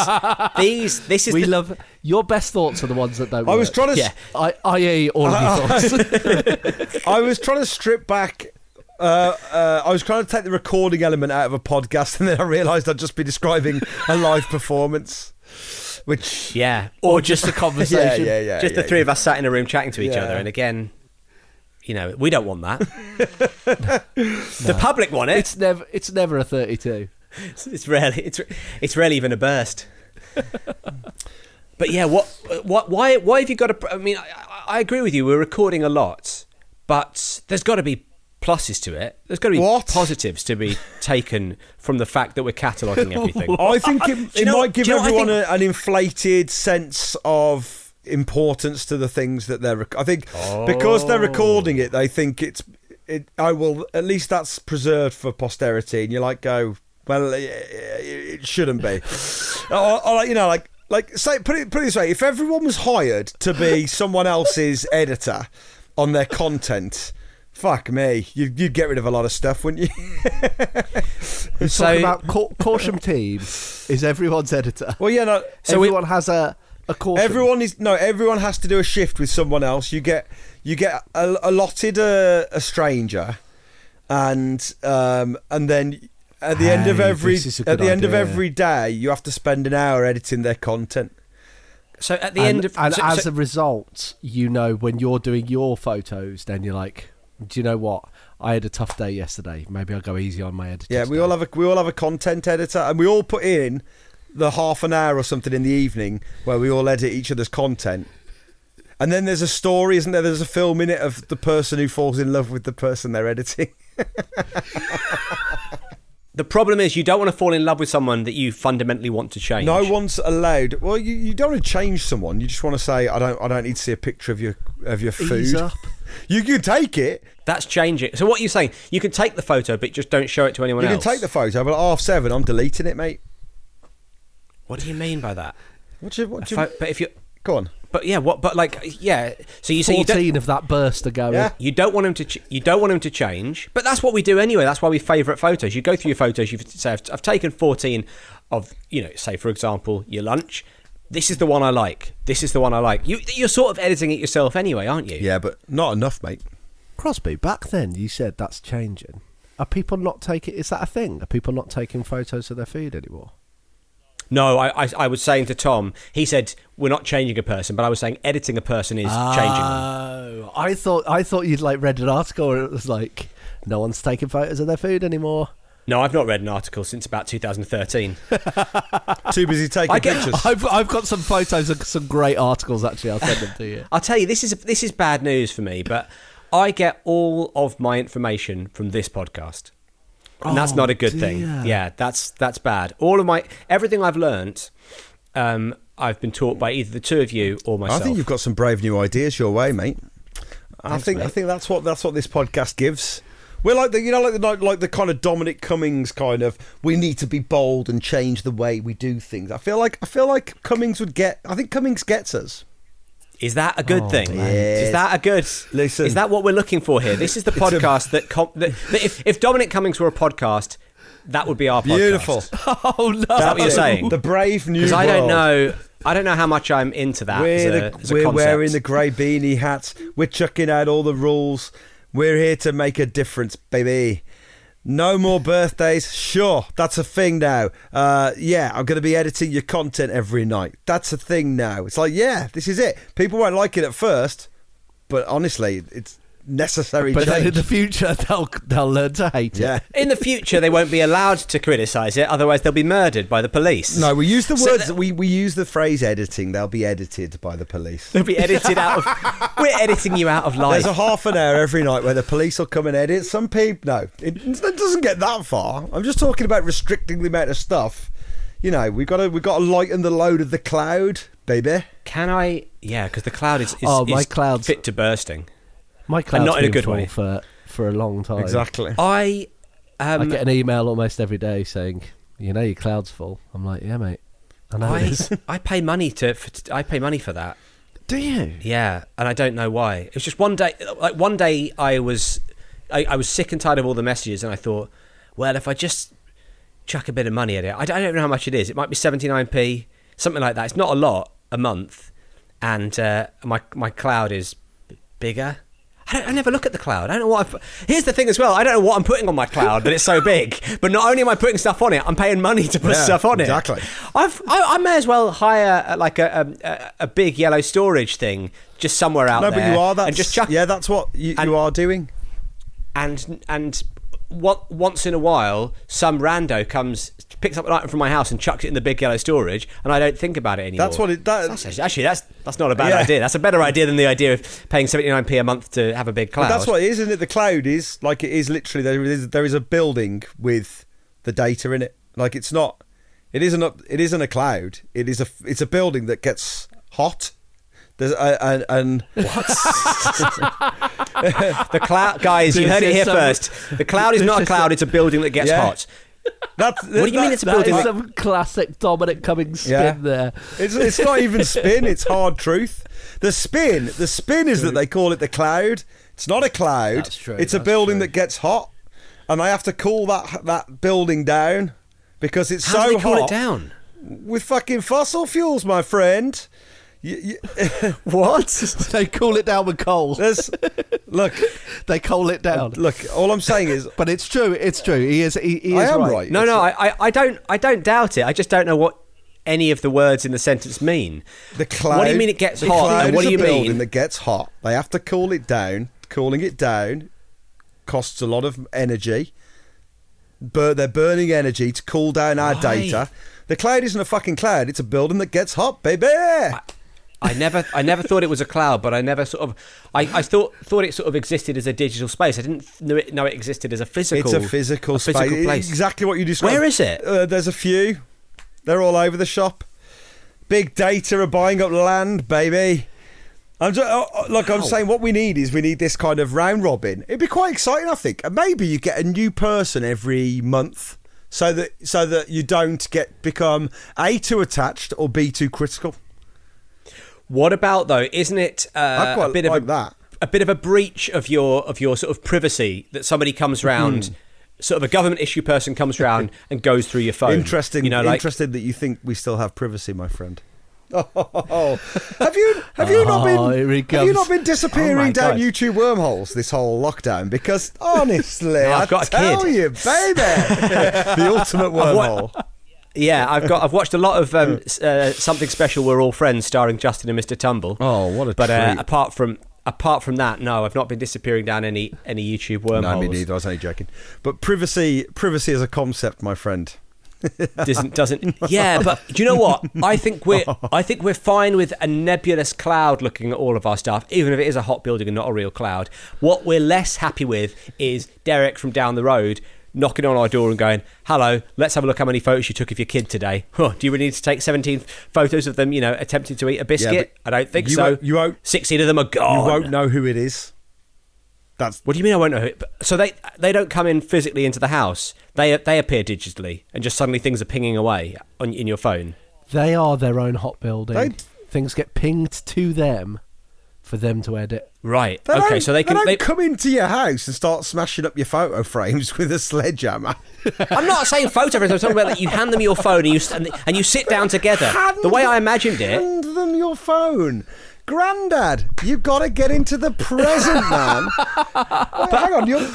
[SPEAKER 3] These this is
[SPEAKER 2] we
[SPEAKER 3] the-
[SPEAKER 2] love your best thoughts are the ones that don't.
[SPEAKER 1] I was
[SPEAKER 2] work.
[SPEAKER 1] trying to.
[SPEAKER 3] Yeah.
[SPEAKER 2] I, i.e., all of your thoughts.
[SPEAKER 1] I was trying to strip back. Uh, uh, I was trying to take the recording element out of a podcast, and then I realised I'd just be describing a live performance, which
[SPEAKER 3] yeah, or just the
[SPEAKER 1] conversation. Yeah, yeah, yeah,
[SPEAKER 3] Just the
[SPEAKER 1] yeah,
[SPEAKER 3] three
[SPEAKER 1] yeah.
[SPEAKER 3] of us sat in a room chatting to each
[SPEAKER 1] Yeah.
[SPEAKER 3] other, and again, you know, we don't want that. The public want it.
[SPEAKER 2] it's never. It's never a thirty-two.
[SPEAKER 3] It's- It's rarely it's it's rarely even a burst. but yeah, what what why why have you got a? I mean, I, I agree with you. We're recording a lot, but there's got to be pluses to it. There's got to be
[SPEAKER 1] What?
[SPEAKER 3] positives to be taken from the fact that we're cataloging everything.
[SPEAKER 1] I think it,
[SPEAKER 3] Do you
[SPEAKER 1] it
[SPEAKER 3] know
[SPEAKER 1] might
[SPEAKER 3] what-
[SPEAKER 1] give
[SPEAKER 3] do you know what I
[SPEAKER 1] everyone
[SPEAKER 3] think-
[SPEAKER 1] a, an inflated sense of importance to the things that they're. Rec- I think because they're
[SPEAKER 3] Oh.
[SPEAKER 1] recording it, they think it's. It, I will at least that's preserved for posterity, and you like go well. It, it shouldn't be, or, or like you know, like like say put it put it this way: if everyone was hired to be someone else's editor on their content. Fuck me! You, you'd get rid of a lot of stuff, wouldn't you?
[SPEAKER 2] So, Talking about cau- Caution Team is everyone's editor.
[SPEAKER 1] Well, yeah, no.
[SPEAKER 2] So everyone has a a caution.
[SPEAKER 1] Everyone is no. Everyone has to do a shift with someone else. You get you get a, allotted a, a stranger, and um and then at the end of
[SPEAKER 2] Hey,
[SPEAKER 1] every
[SPEAKER 2] this is a
[SPEAKER 1] at
[SPEAKER 2] good
[SPEAKER 1] the end of
[SPEAKER 2] idea.
[SPEAKER 1] every day, you have to spend an hour editing their content.
[SPEAKER 3] So at the
[SPEAKER 2] and,
[SPEAKER 3] end of
[SPEAKER 2] and
[SPEAKER 3] so-
[SPEAKER 2] as
[SPEAKER 3] so-
[SPEAKER 2] a result, you know when you're doing your photos, then you're like, do you know what? I had a tough day yesterday. Maybe I'll go easy on my editing.
[SPEAKER 1] Yeah, we all have a we all have a content editor, and we all put in the half an hour or something in the evening where we all edit each other's content. And then there's a story, isn't there? There's a film in it of the person who falls in love with the person they're editing.
[SPEAKER 3] the problem is you don't want to fall in love with someone that you fundamentally want to change.
[SPEAKER 1] No one's allowed. Well, you, you don't want to change someone. You just want to say, I don't. I don't need to see a picture of your of your food.
[SPEAKER 2] Ease up.
[SPEAKER 1] You can take it.
[SPEAKER 3] That's changing. So what are you saying? You can take the photo, but just don't show it to anyone
[SPEAKER 1] You can
[SPEAKER 3] else.
[SPEAKER 1] take the photo, but at half seven, I'm deleting it, mate.
[SPEAKER 3] What do you mean by that?
[SPEAKER 1] What do you? What do you?
[SPEAKER 3] Pho- but if you,
[SPEAKER 1] Go on.
[SPEAKER 3] but yeah, what? But like, yeah. So you say you don't,
[SPEAKER 2] Fourteen of that burst are going.
[SPEAKER 1] Yeah.
[SPEAKER 3] You don't want him to. Ch- you don't want him to change. But that's what we do anyway. That's why we favourite photos. You go through your photos. You say, I've, "I've taken 14 of you know, say for example, your lunch. This is the one I like. This is the one I like." You you're sort of editing it yourself anyway, aren't you?
[SPEAKER 1] Yeah, but not enough, mate.
[SPEAKER 2] Crosby, back then you said that's changing. Are people not taking? Is that a thing? Are people not taking photos of their food anymore?
[SPEAKER 3] No, I, I I was saying to Tom. He said we're not changing a person, but I was saying editing a person is changing them.
[SPEAKER 2] Oh, I thought I thought you'd like read an article and it was like, no one's taking photos of their food anymore.
[SPEAKER 3] No, I've not read an article since about 2013.
[SPEAKER 1] Too busy taking
[SPEAKER 3] I get-
[SPEAKER 1] pictures.
[SPEAKER 2] I've I've got some photos of some great articles actually. I'll send them to you.
[SPEAKER 3] I'll tell you, this is this is bad news for me, but I get all of my information from this podcast, and that's
[SPEAKER 2] Oh,
[SPEAKER 3] not a good
[SPEAKER 2] dear.
[SPEAKER 3] thing. Yeah, that's that's bad. All of my everything I've learnt, um, I've been taught by either the two of you or
[SPEAKER 1] I
[SPEAKER 3] myself.
[SPEAKER 1] think you've got some brave new ideas your way, mate. I think I
[SPEAKER 3] mate.
[SPEAKER 1] think that's what that's what this podcast gives. We're like the you know like the like- like the kind of Dominic Cummings kind of we need to be bold and change the way we do things. I feel like I feel like Cummings would get. I think Cummings gets us.
[SPEAKER 3] Is that a
[SPEAKER 2] Oh,
[SPEAKER 3] good thing? Is that a good?
[SPEAKER 1] Listen.
[SPEAKER 3] Is that what we're looking for here? This is the
[SPEAKER 1] a-
[SPEAKER 3] podcast that, com- that, that if, if Dominic Cummings were a podcast, that would be our podcast.
[SPEAKER 1] Beautiful.
[SPEAKER 2] Oh no!
[SPEAKER 3] that what you're saying?
[SPEAKER 1] The brave new.
[SPEAKER 3] Because I don't
[SPEAKER 1] world.
[SPEAKER 3] know. I don't know how much I'm into that. as
[SPEAKER 1] We're,
[SPEAKER 3] a-
[SPEAKER 1] the,
[SPEAKER 3] as a
[SPEAKER 1] we're
[SPEAKER 3] concept.
[SPEAKER 1] wearing the grey beanie hats. We're chucking out all the rules. We're here to make a difference, baby. No more birthdays. Sure, that's a thing now. Uh, yeah, I'm going to be editing your content every night. That's a thing now. It's like, yeah, this is it. People won't like it at first, but honestly, it's necessary
[SPEAKER 2] But then in
[SPEAKER 1] change.
[SPEAKER 2] the future, they'll they'll learn to hate
[SPEAKER 1] yeah.
[SPEAKER 2] it.
[SPEAKER 3] In the future, they won't be allowed to criticise it, otherwise they'll be murdered by the police.
[SPEAKER 1] No, we use the
[SPEAKER 3] So
[SPEAKER 1] words.
[SPEAKER 3] that-
[SPEAKER 1] we, we use the phrase editing. They'll be edited by the police.
[SPEAKER 3] they'll be edited out of. We're editing you out of life.
[SPEAKER 1] There's a half an hour every night where the police will come and edit. Some people, no, it, it doesn't get that far. I'm just talking about restricting the amount of stuff. You know, we've got to we've got to lighten the load of the cloud, baby.
[SPEAKER 3] Can I? Yeah, because the cloud is, is,
[SPEAKER 2] Oh, my
[SPEAKER 3] is
[SPEAKER 2] cloud's-
[SPEAKER 3] fit to bursting.
[SPEAKER 2] My cloud's
[SPEAKER 3] not in a
[SPEAKER 2] been
[SPEAKER 3] good
[SPEAKER 2] full
[SPEAKER 3] way.
[SPEAKER 2] for for a long time.
[SPEAKER 1] Oh,
[SPEAKER 3] I. Um,
[SPEAKER 2] I get an email almost every day saying, "You know, your cloud's full." I'm like, "Yeah, mate." I know
[SPEAKER 3] I,
[SPEAKER 2] it is."
[SPEAKER 3] I pay money to for, I pay money for that.
[SPEAKER 2] Do you?
[SPEAKER 3] Yeah, and I don't know why. It was just one day. Like one day, I was I, I was sick and tired of all the messages, and I thought, well, if I just chuck a bit of money at it, I don't, I don't know how much it is. It might be seventy nine p, something like that. It's not a lot a month, and uh, my my cloud is b- bigger. I, don't, I never look at the cloud. I don't know what. I've, here's the thing as well. I don't know what I'm putting on my cloud, but it's so big. But not only am I putting stuff on it, I'm paying money to put
[SPEAKER 1] Yeah,
[SPEAKER 3] stuff on it.
[SPEAKER 1] exactly.
[SPEAKER 3] I've, I, I may as well hire uh, like a, um, a a big yellow storage thing just somewhere out
[SPEAKER 1] No,
[SPEAKER 3] there.
[SPEAKER 1] but you are that.
[SPEAKER 3] and just chuck
[SPEAKER 1] yeah, that's what you,
[SPEAKER 3] and-
[SPEAKER 1] you are doing.
[SPEAKER 3] and and what once in a while some rando comes picks up an item from my house and chucks it in the big yellow storage, and I don't think about it anymore.
[SPEAKER 1] That's what it- that-
[SPEAKER 3] that's actually, actually, that's that's not a bad
[SPEAKER 1] Yeah.
[SPEAKER 3] idea. That's a better idea than the idea of paying seventy nine p a month to have a big cloud.
[SPEAKER 1] But that's what it is, isn't it? The cloud is like it is literally there is there is a building with the data in it. Like it's not, it isn't a, it isn't a cloud. It is a it's a building that gets hot. There's a, a, an
[SPEAKER 3] the cloud, guys. you
[SPEAKER 2] This
[SPEAKER 3] heard it
[SPEAKER 2] is
[SPEAKER 3] here
[SPEAKER 2] some-
[SPEAKER 3] first. The cloud is
[SPEAKER 2] this
[SPEAKER 3] not a
[SPEAKER 2] is
[SPEAKER 3] cloud; it's a building that gets
[SPEAKER 1] um, Yeah.
[SPEAKER 3] hot.
[SPEAKER 1] That's,
[SPEAKER 3] What do you mean it's a
[SPEAKER 2] That
[SPEAKER 3] building?
[SPEAKER 2] is
[SPEAKER 3] that-
[SPEAKER 2] some classic Dominic Cummings spin
[SPEAKER 1] Yeah.
[SPEAKER 2] there.
[SPEAKER 1] It's, it's not even spin. It's hard truth. The spin, the spin is that they call it the cloud. It's not a cloud.
[SPEAKER 2] That's true,
[SPEAKER 1] It's a
[SPEAKER 2] that's
[SPEAKER 1] building
[SPEAKER 2] true.
[SPEAKER 1] that gets hot, and they have to cool that that building down because it's
[SPEAKER 3] How
[SPEAKER 1] so
[SPEAKER 3] do they cool
[SPEAKER 1] hot
[SPEAKER 3] it down?
[SPEAKER 1] with fucking fossil fuels, my friend. You, you,
[SPEAKER 3] What?
[SPEAKER 2] They cool it down with coal.
[SPEAKER 1] there's look,
[SPEAKER 2] They coal it down.
[SPEAKER 1] look. All I'm saying is,
[SPEAKER 2] But it's true. It's true. He is. He, he
[SPEAKER 1] I
[SPEAKER 2] is
[SPEAKER 1] am
[SPEAKER 2] right.
[SPEAKER 1] right.
[SPEAKER 3] No, no, I, I, I don't, I don't doubt it. I just don't know what any of the words in the sentence mean.
[SPEAKER 1] The cloud.
[SPEAKER 3] What do you mean it gets
[SPEAKER 1] the
[SPEAKER 3] hot?
[SPEAKER 1] Cloud
[SPEAKER 3] And what
[SPEAKER 1] is
[SPEAKER 3] do
[SPEAKER 1] a
[SPEAKER 3] you
[SPEAKER 1] building
[SPEAKER 3] mean?
[SPEAKER 1] that gets hot? They have to cool it down. Cooling it down costs a lot of energy. But they're burning energy to cool down our
[SPEAKER 3] Why?
[SPEAKER 1] data. The cloud isn't a fucking cloud. It's a building that gets hot, baby.
[SPEAKER 3] I never, I never thought it was a cloud, but I never sort of, I, I thought thought it sort of existed as a digital space. I didn't know it, know it existed as a physical.
[SPEAKER 1] it's a physical,
[SPEAKER 3] a physical
[SPEAKER 1] space.
[SPEAKER 3] place.
[SPEAKER 1] Exactly what you described.
[SPEAKER 3] Where is it?
[SPEAKER 1] Uh, there's a few. They're all over the shop. Big data are buying up land, baby. I'm just, oh, oh, look, I'm
[SPEAKER 3] Wow.
[SPEAKER 1] saying what we need is we need this kind of round robin. It'd be quite exciting, I think. And maybe you get a new person every month, so that so that you don't get become a too attached or b too critical.
[SPEAKER 3] What about though? Isn't it uh,
[SPEAKER 1] I quite
[SPEAKER 3] a bit
[SPEAKER 1] like
[SPEAKER 3] of a,
[SPEAKER 1] that.
[SPEAKER 3] a bit of a breach of your of your sort of privacy that somebody comes round,
[SPEAKER 1] Hmm.
[SPEAKER 3] sort of a government issue person comes round and goes through your phone.
[SPEAKER 1] Interesting.
[SPEAKER 3] You know, like
[SPEAKER 1] interested that you think we still have privacy, my friend. Oh, have you have you not
[SPEAKER 2] Oh,
[SPEAKER 1] been
[SPEAKER 2] here he
[SPEAKER 1] have you
[SPEAKER 2] comes.
[SPEAKER 1] not been
[SPEAKER 3] Oh
[SPEAKER 1] disappearing
[SPEAKER 3] my
[SPEAKER 1] down
[SPEAKER 3] God.
[SPEAKER 1] YouTube wormholes this whole lockdown? Because honestly,
[SPEAKER 3] No,
[SPEAKER 1] i
[SPEAKER 3] I've got a
[SPEAKER 1] tell
[SPEAKER 3] kid.
[SPEAKER 1] you, baby, the ultimate wormhole.
[SPEAKER 3] yeah, I've got I've watched a lot of um, s- uh, something special. We're all friends, starring Justin and Mr. Tumble.
[SPEAKER 1] Oh, what a
[SPEAKER 3] But uh,
[SPEAKER 1] treat.
[SPEAKER 3] apart from apart from that, no, I've not been disappearing down any any YouTube
[SPEAKER 1] No,
[SPEAKER 3] wormholes.
[SPEAKER 1] me neither. I was only joking. But privacy, privacy as a concept, my friend.
[SPEAKER 3] doesn't doesn't yeah but do you know what i think we're
[SPEAKER 1] Oh.
[SPEAKER 3] i think we're fine with a nebulous cloud looking at all of our stuff even if it is a hot building and not a real cloud what we're less happy with is derek from down the road knocking on our door and going hello let's have a look how many photos you took of your kid today huh, do you really need to take 17 photos of them you know attempting to eat a biscuit
[SPEAKER 1] but
[SPEAKER 3] i don't think
[SPEAKER 1] you
[SPEAKER 3] so
[SPEAKER 1] won't- you won't-
[SPEAKER 3] Oh, 16 of them are gone
[SPEAKER 1] You won't know who it is. That's
[SPEAKER 3] What do you mean I won't know? Who? but- So they they don't come in physically into the house. They they appear digitally, and just suddenly things are pinging away on in your phone.
[SPEAKER 2] They are their own hot building.
[SPEAKER 1] They-
[SPEAKER 2] Things get pinged to them for them to edit.
[SPEAKER 3] Right.
[SPEAKER 1] They
[SPEAKER 3] okay.
[SPEAKER 1] don't-
[SPEAKER 3] So they can.
[SPEAKER 1] don't
[SPEAKER 3] They,
[SPEAKER 1] come into your house and start smashing up your photo frames with a sledgehammer.
[SPEAKER 3] I'm not saying photo frames. I'm talking about that you hand them your phone and you s- and, and you sit down together. the way I imagined it.
[SPEAKER 1] Hand them your phone. Grandad, you've got to get into the present, man. Wait, hang on, you're handing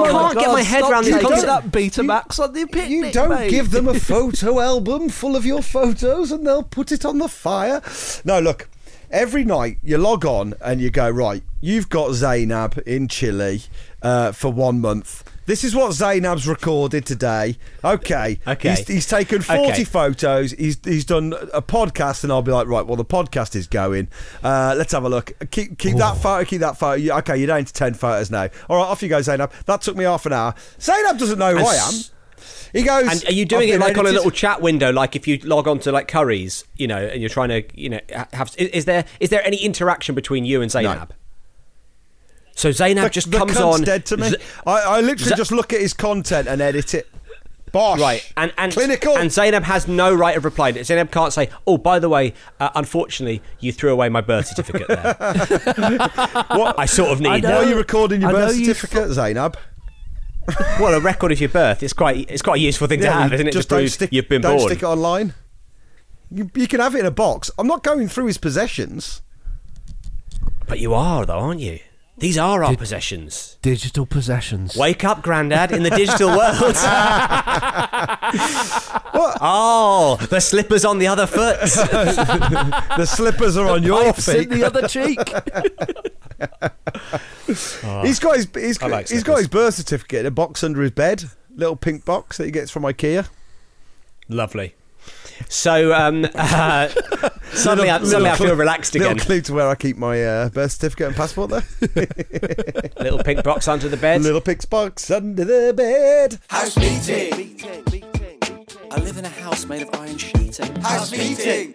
[SPEAKER 3] I
[SPEAKER 1] them-
[SPEAKER 3] can't get Oh my head
[SPEAKER 2] stop
[SPEAKER 3] around this
[SPEAKER 2] taking
[SPEAKER 3] concept.
[SPEAKER 2] that Betamax
[SPEAKER 1] You-
[SPEAKER 2] on the picnic,
[SPEAKER 1] You don't
[SPEAKER 2] mate.
[SPEAKER 1] give them a photo album full of your photos and they'll put it on the fire. No, look, every night you log on and you go, right, you've got Zainab in Chile uh, for one month. This is what Zainab's recorded today. Okay.
[SPEAKER 3] Okay.
[SPEAKER 1] He's, he's taken 40
[SPEAKER 3] Okay.
[SPEAKER 1] photos. He's he's done a podcast, and I'll be like, right, well, the podcast is going. Uh, let's have a look. Keep keep that photo. Keep that photo. You- okay, you're down to 10 photos now. All right, off you go, Zainab. That took me half an hour. Zainab doesn't know who
[SPEAKER 3] And
[SPEAKER 1] I am.
[SPEAKER 3] s-
[SPEAKER 1] He goes.
[SPEAKER 3] And are you doing
[SPEAKER 1] "I've
[SPEAKER 3] it
[SPEAKER 1] been
[SPEAKER 3] like on a
[SPEAKER 1] edited."
[SPEAKER 3] little chat window, like if you log on to like Curry's, you know, and you're trying to, you know, ha- have? Is, is there is there any interaction between you and Zainab? So Zainab
[SPEAKER 1] The-
[SPEAKER 3] just
[SPEAKER 1] the
[SPEAKER 3] comes
[SPEAKER 1] cunt's
[SPEAKER 3] on.
[SPEAKER 1] dead to me.
[SPEAKER 3] Z-
[SPEAKER 1] I, I literally
[SPEAKER 3] Z-
[SPEAKER 1] just look at his content and edit it. Bosh.
[SPEAKER 3] Right, and and
[SPEAKER 1] clinical.
[SPEAKER 3] and Zainab has no right of reply. Zainab can't say, "Oh, by the way, uh, unfortunately, you threw away my birth certificate there."
[SPEAKER 1] what,
[SPEAKER 3] I sort of need.
[SPEAKER 2] know-
[SPEAKER 1] why
[SPEAKER 3] that.
[SPEAKER 1] are you recording your
[SPEAKER 2] I know
[SPEAKER 1] birth
[SPEAKER 2] you
[SPEAKER 1] certificate, Zainab?
[SPEAKER 3] Well, a record of your birth is quite it's quite a useful thing to have, isn't it?
[SPEAKER 1] Just
[SPEAKER 3] to
[SPEAKER 1] don't
[SPEAKER 3] prove
[SPEAKER 1] stick.
[SPEAKER 3] you've been
[SPEAKER 1] don't
[SPEAKER 3] born.
[SPEAKER 1] stick it online. You, you can have it in a box. I'm not going through his possessions.
[SPEAKER 3] But you are though, aren't you? These are our possessions.
[SPEAKER 2] Digital possessions.
[SPEAKER 3] Wake up, Grandad, in the digital world. Oh, the slippers on the other foot.
[SPEAKER 1] The slippers are on your
[SPEAKER 2] I've seen
[SPEAKER 1] feet.
[SPEAKER 2] the other cheek.
[SPEAKER 1] He's got his he's,
[SPEAKER 3] Ah. I like
[SPEAKER 1] he's got
[SPEAKER 3] slippers.
[SPEAKER 1] his birth certificate in a box under his bed. Little pink box that he gets from IKEA.
[SPEAKER 3] Lovely. So um, uh, suddenly, I, suddenly I feel relaxed again.
[SPEAKER 1] Little clue to where I keep my uh, birth certificate and passport there.
[SPEAKER 3] Little pink box under the bed.
[SPEAKER 1] little pink box under the bed.
[SPEAKER 6] House meeting.
[SPEAKER 5] meeting, meeting, meeting.
[SPEAKER 6] I live in a house made of iron sheeting. House meeting.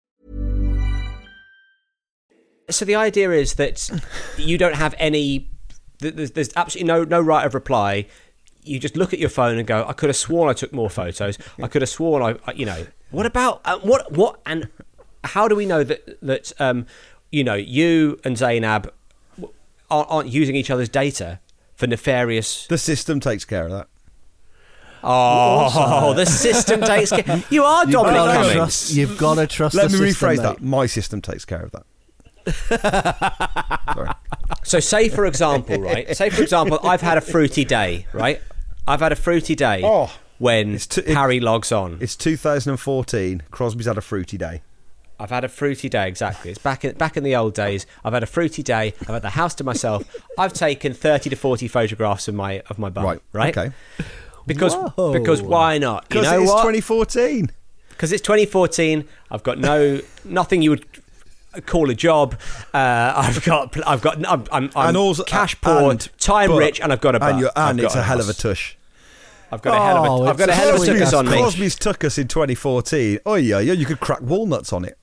[SPEAKER 3] So the idea is that you don't have any. th- There's, there's absolutely no no right of reply. You just look at your phone and go, "I could have sworn I took more photos. I could have sworn I, I you know." What about uh, what what and how do we know that that um, you know you and Zainab w- aren't, aren't using each other's data for nefarious?
[SPEAKER 1] The system takes care of that.
[SPEAKER 3] Oh, the system takes care. You are Dominic
[SPEAKER 1] got to
[SPEAKER 3] Cummings.
[SPEAKER 2] trust, you've got to trust
[SPEAKER 1] Let
[SPEAKER 2] the
[SPEAKER 1] me
[SPEAKER 2] system,
[SPEAKER 1] rephrase
[SPEAKER 2] mate.
[SPEAKER 1] that. My system takes care of that. Sorry.
[SPEAKER 3] So say for example, right? Say for example, I've had a fruity day, right? I've had a fruity day
[SPEAKER 1] Oh.
[SPEAKER 3] when
[SPEAKER 1] It's too- it-
[SPEAKER 3] Harry logs on.
[SPEAKER 1] It's 2014. Crosby's had a fruity day.
[SPEAKER 3] I've had a fruity day, exactly. It's back in back in the old days. I've had a fruity day. I've had the house to myself. I've taken thirty to forty photographs of my of my bum, Ah, right?
[SPEAKER 1] Okay.
[SPEAKER 3] Because
[SPEAKER 2] Whoa.
[SPEAKER 3] because why not? You
[SPEAKER 1] Because
[SPEAKER 3] know
[SPEAKER 1] it's
[SPEAKER 3] what?
[SPEAKER 1] 2014.
[SPEAKER 3] because it's 2014. I've got no nothing you would call a job. Uh, I've got pl- I've got I'm, I'm, I'm
[SPEAKER 1] and also
[SPEAKER 3] cash poor,
[SPEAKER 1] and-
[SPEAKER 3] time
[SPEAKER 1] but-
[SPEAKER 3] rich, and I've got a butt.
[SPEAKER 1] And, you're,
[SPEAKER 3] I've
[SPEAKER 1] and
[SPEAKER 3] got
[SPEAKER 1] it's a hell of a
[SPEAKER 3] house.
[SPEAKER 1] tush.
[SPEAKER 3] I've got a hell of
[SPEAKER 2] Oh,
[SPEAKER 3] a I've got a
[SPEAKER 2] it's
[SPEAKER 3] hell of a
[SPEAKER 2] Crosby's-
[SPEAKER 3] tuchus on me.
[SPEAKER 1] Crosby's took us in 2014. Oh yeah, yeah. You could crack walnuts on it.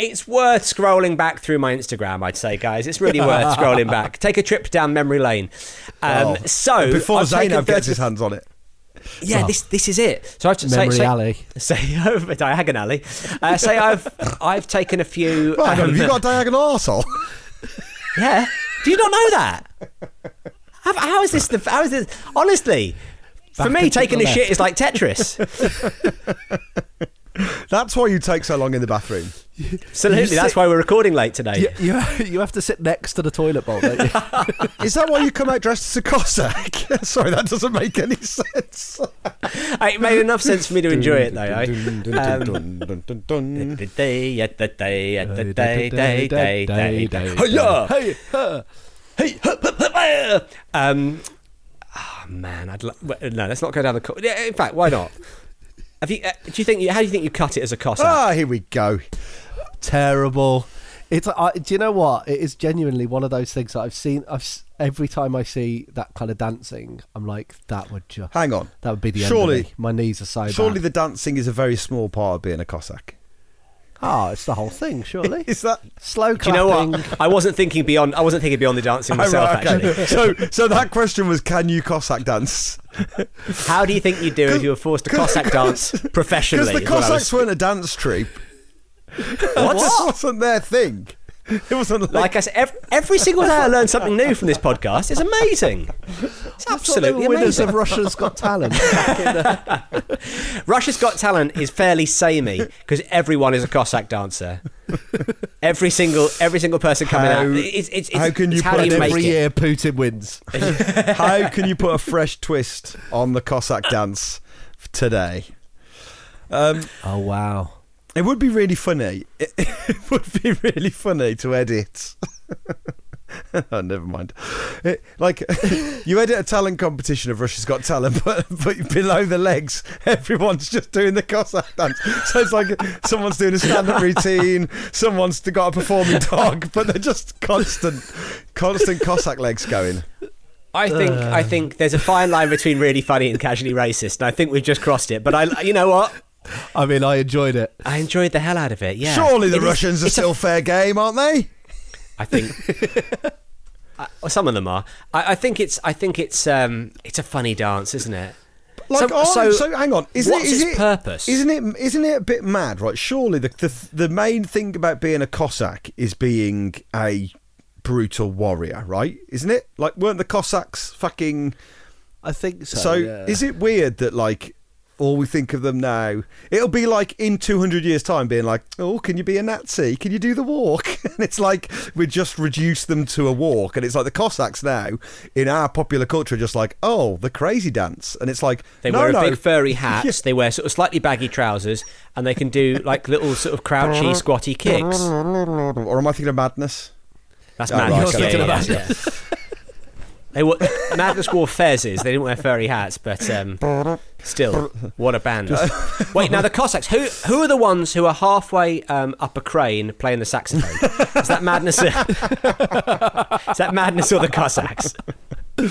[SPEAKER 3] It's worth scrolling back through my Instagram, I'd say, guys. It's really worth scrolling back. Take a trip down memory lane. Um,
[SPEAKER 1] Oh.
[SPEAKER 3] so
[SPEAKER 1] before
[SPEAKER 3] I've taken
[SPEAKER 1] Zainab gets
[SPEAKER 3] 30
[SPEAKER 1] his hands on it,
[SPEAKER 3] yeah, this this is it. So I've to
[SPEAKER 2] Memory
[SPEAKER 3] say, say,
[SPEAKER 2] alley.
[SPEAKER 3] say over diagonal alley. Uh, say I've I've taken a few.
[SPEAKER 1] well, hang on,
[SPEAKER 3] um,
[SPEAKER 1] have you got a diagonal arsehole?
[SPEAKER 3] Yeah. Do you not know that? How, how is this? The, how is this? Honestly, for
[SPEAKER 2] Back
[SPEAKER 3] me,
[SPEAKER 2] and to
[SPEAKER 3] taking
[SPEAKER 2] the
[SPEAKER 3] a shit
[SPEAKER 2] left.
[SPEAKER 3] is like Tetris.
[SPEAKER 1] That's why you take so long in the bathroom.
[SPEAKER 3] Absolutely. That's why we're recording late today.
[SPEAKER 2] You, you, you have to sit next to the toilet bowl, don't you?
[SPEAKER 1] Is that why you come out dressed as a Cossack? Sorry, that doesn't make any sense.
[SPEAKER 3] Hey, It made enough sense for me to enjoy it, though. I, um, the day, uh, the day, uh, the day, day, day, day, day. Hiya!
[SPEAKER 2] Hey, huh.
[SPEAKER 3] Hey, hup, hup, hup, hey. Um, oh man, I'd lo- well, no. Let's not go down the. Co- yeah, in fact, why not? Have you? Uh, do you think? You, how do you think you cut it as a Cossack?
[SPEAKER 1] ah, here we go.
[SPEAKER 2] terrible. It's I, do you know what? It is genuinely one of those things that I've seen. I've s- every time I see that kind of dancing, I'm like, that would just
[SPEAKER 1] Hang on.
[SPEAKER 2] That would be the
[SPEAKER 1] Surely-
[SPEAKER 2] End of me. My knees are so
[SPEAKER 1] Surely
[SPEAKER 2] bad.
[SPEAKER 1] the dancing is a very small part of being a Cossack.
[SPEAKER 2] Ah, it's the whole thing. Surely
[SPEAKER 1] Is that?
[SPEAKER 2] slow
[SPEAKER 3] do you
[SPEAKER 2] clapping.
[SPEAKER 3] know what? I wasn't thinking beyond. I wasn't thinking beyond the dancing
[SPEAKER 1] Oh,
[SPEAKER 3] myself.
[SPEAKER 1] right, okay.
[SPEAKER 3] Actually,
[SPEAKER 1] so, so that question was, can you Cossack dance?
[SPEAKER 3] how do you think you'd do if you were forced to Cossack dance professionally?
[SPEAKER 1] Because the
[SPEAKER 3] is what I
[SPEAKER 1] Cossacks
[SPEAKER 3] was-
[SPEAKER 1] weren't a dance troupe.
[SPEAKER 3] What?
[SPEAKER 1] That wasn't their thing. It wasn't like,
[SPEAKER 3] Like I said, every, every single day I learn something new from this podcast. It's amazing. It's absolutely
[SPEAKER 2] the winners
[SPEAKER 3] amazing.
[SPEAKER 2] of Russia's Got Talent.
[SPEAKER 3] Russia's Got Talent is fairly samey because everyone is a Cossack dancer. every single every single person coming
[SPEAKER 1] How-
[SPEAKER 3] out. It's, it's, it's,
[SPEAKER 1] how can you
[SPEAKER 3] it's how
[SPEAKER 1] put
[SPEAKER 3] do you
[SPEAKER 1] an
[SPEAKER 3] make
[SPEAKER 2] Every
[SPEAKER 3] it?
[SPEAKER 2] year, Putin wins.
[SPEAKER 1] how can you put a fresh twist on the Cossack dance today? Um,
[SPEAKER 2] Oh wow!
[SPEAKER 1] It would be really funny. It, it would be really funny to edit. oh, never mind. It, like you edit a talent competition of Russia's Got Talent, but but below the legs, everyone's just doing the Cossack dance. So it's like someone's doing a stand-up routine, someone's got a performing dog, but they're just constant, constant Cossack legs going.
[SPEAKER 3] I think I think there's a fine line between really funny and casually racist, and I think we've just crossed it. But I, you know what?
[SPEAKER 2] I mean, I enjoyed it.
[SPEAKER 3] I enjoyed the hell out of it. Yeah.
[SPEAKER 1] Surely the
[SPEAKER 3] It is-
[SPEAKER 1] Russians are
[SPEAKER 3] it's a-
[SPEAKER 1] still fair game, aren't they?
[SPEAKER 3] I think. I- well, some of them are. I, I think it's. I think it's. Um, it's a funny dance, isn't it?
[SPEAKER 1] Like,
[SPEAKER 3] So-
[SPEAKER 1] oh,
[SPEAKER 3] so
[SPEAKER 1] so, hang on. Isn't
[SPEAKER 3] what's
[SPEAKER 1] it, is
[SPEAKER 3] its
[SPEAKER 1] it-
[SPEAKER 3] purpose?
[SPEAKER 1] Isn't it? Isn't it a bit mad? Right. Surely the, the the main thing about being a Cossack is being a brutal warrior, right? Isn't it? Like, weren't the Cossacks fucking?
[SPEAKER 2] I think so.
[SPEAKER 1] So, is it weird that like all we think of them now? It'll be like in two hundred years' time, being like, oh, can you be a Nazi? Can you do the walk? And it's like we just reduce them to a walk, and it's like the Cossacks now in our popular culture are just like, oh, the crazy dance, and it's like
[SPEAKER 3] They
[SPEAKER 1] no,
[SPEAKER 3] wear
[SPEAKER 1] no.
[SPEAKER 3] a big furry hats. They wear sort of slightly baggy trousers, and they can do like little sort of crouchy, squatty kicks.
[SPEAKER 1] Or am I thinking of madness?
[SPEAKER 3] That's
[SPEAKER 1] Oh, right,
[SPEAKER 3] madness.
[SPEAKER 1] okay.
[SPEAKER 3] yeah,
[SPEAKER 1] You're
[SPEAKER 3] yeah, yeah, yeah. they were madness wore fezzes. They didn't wear furry hats, but um, still, what a band! Wait, now the Cossacks. Who who are the ones who are halfway um, up a crane playing the saxophone? Is that madness? is that madness or the Cossacks?
[SPEAKER 1] Oh,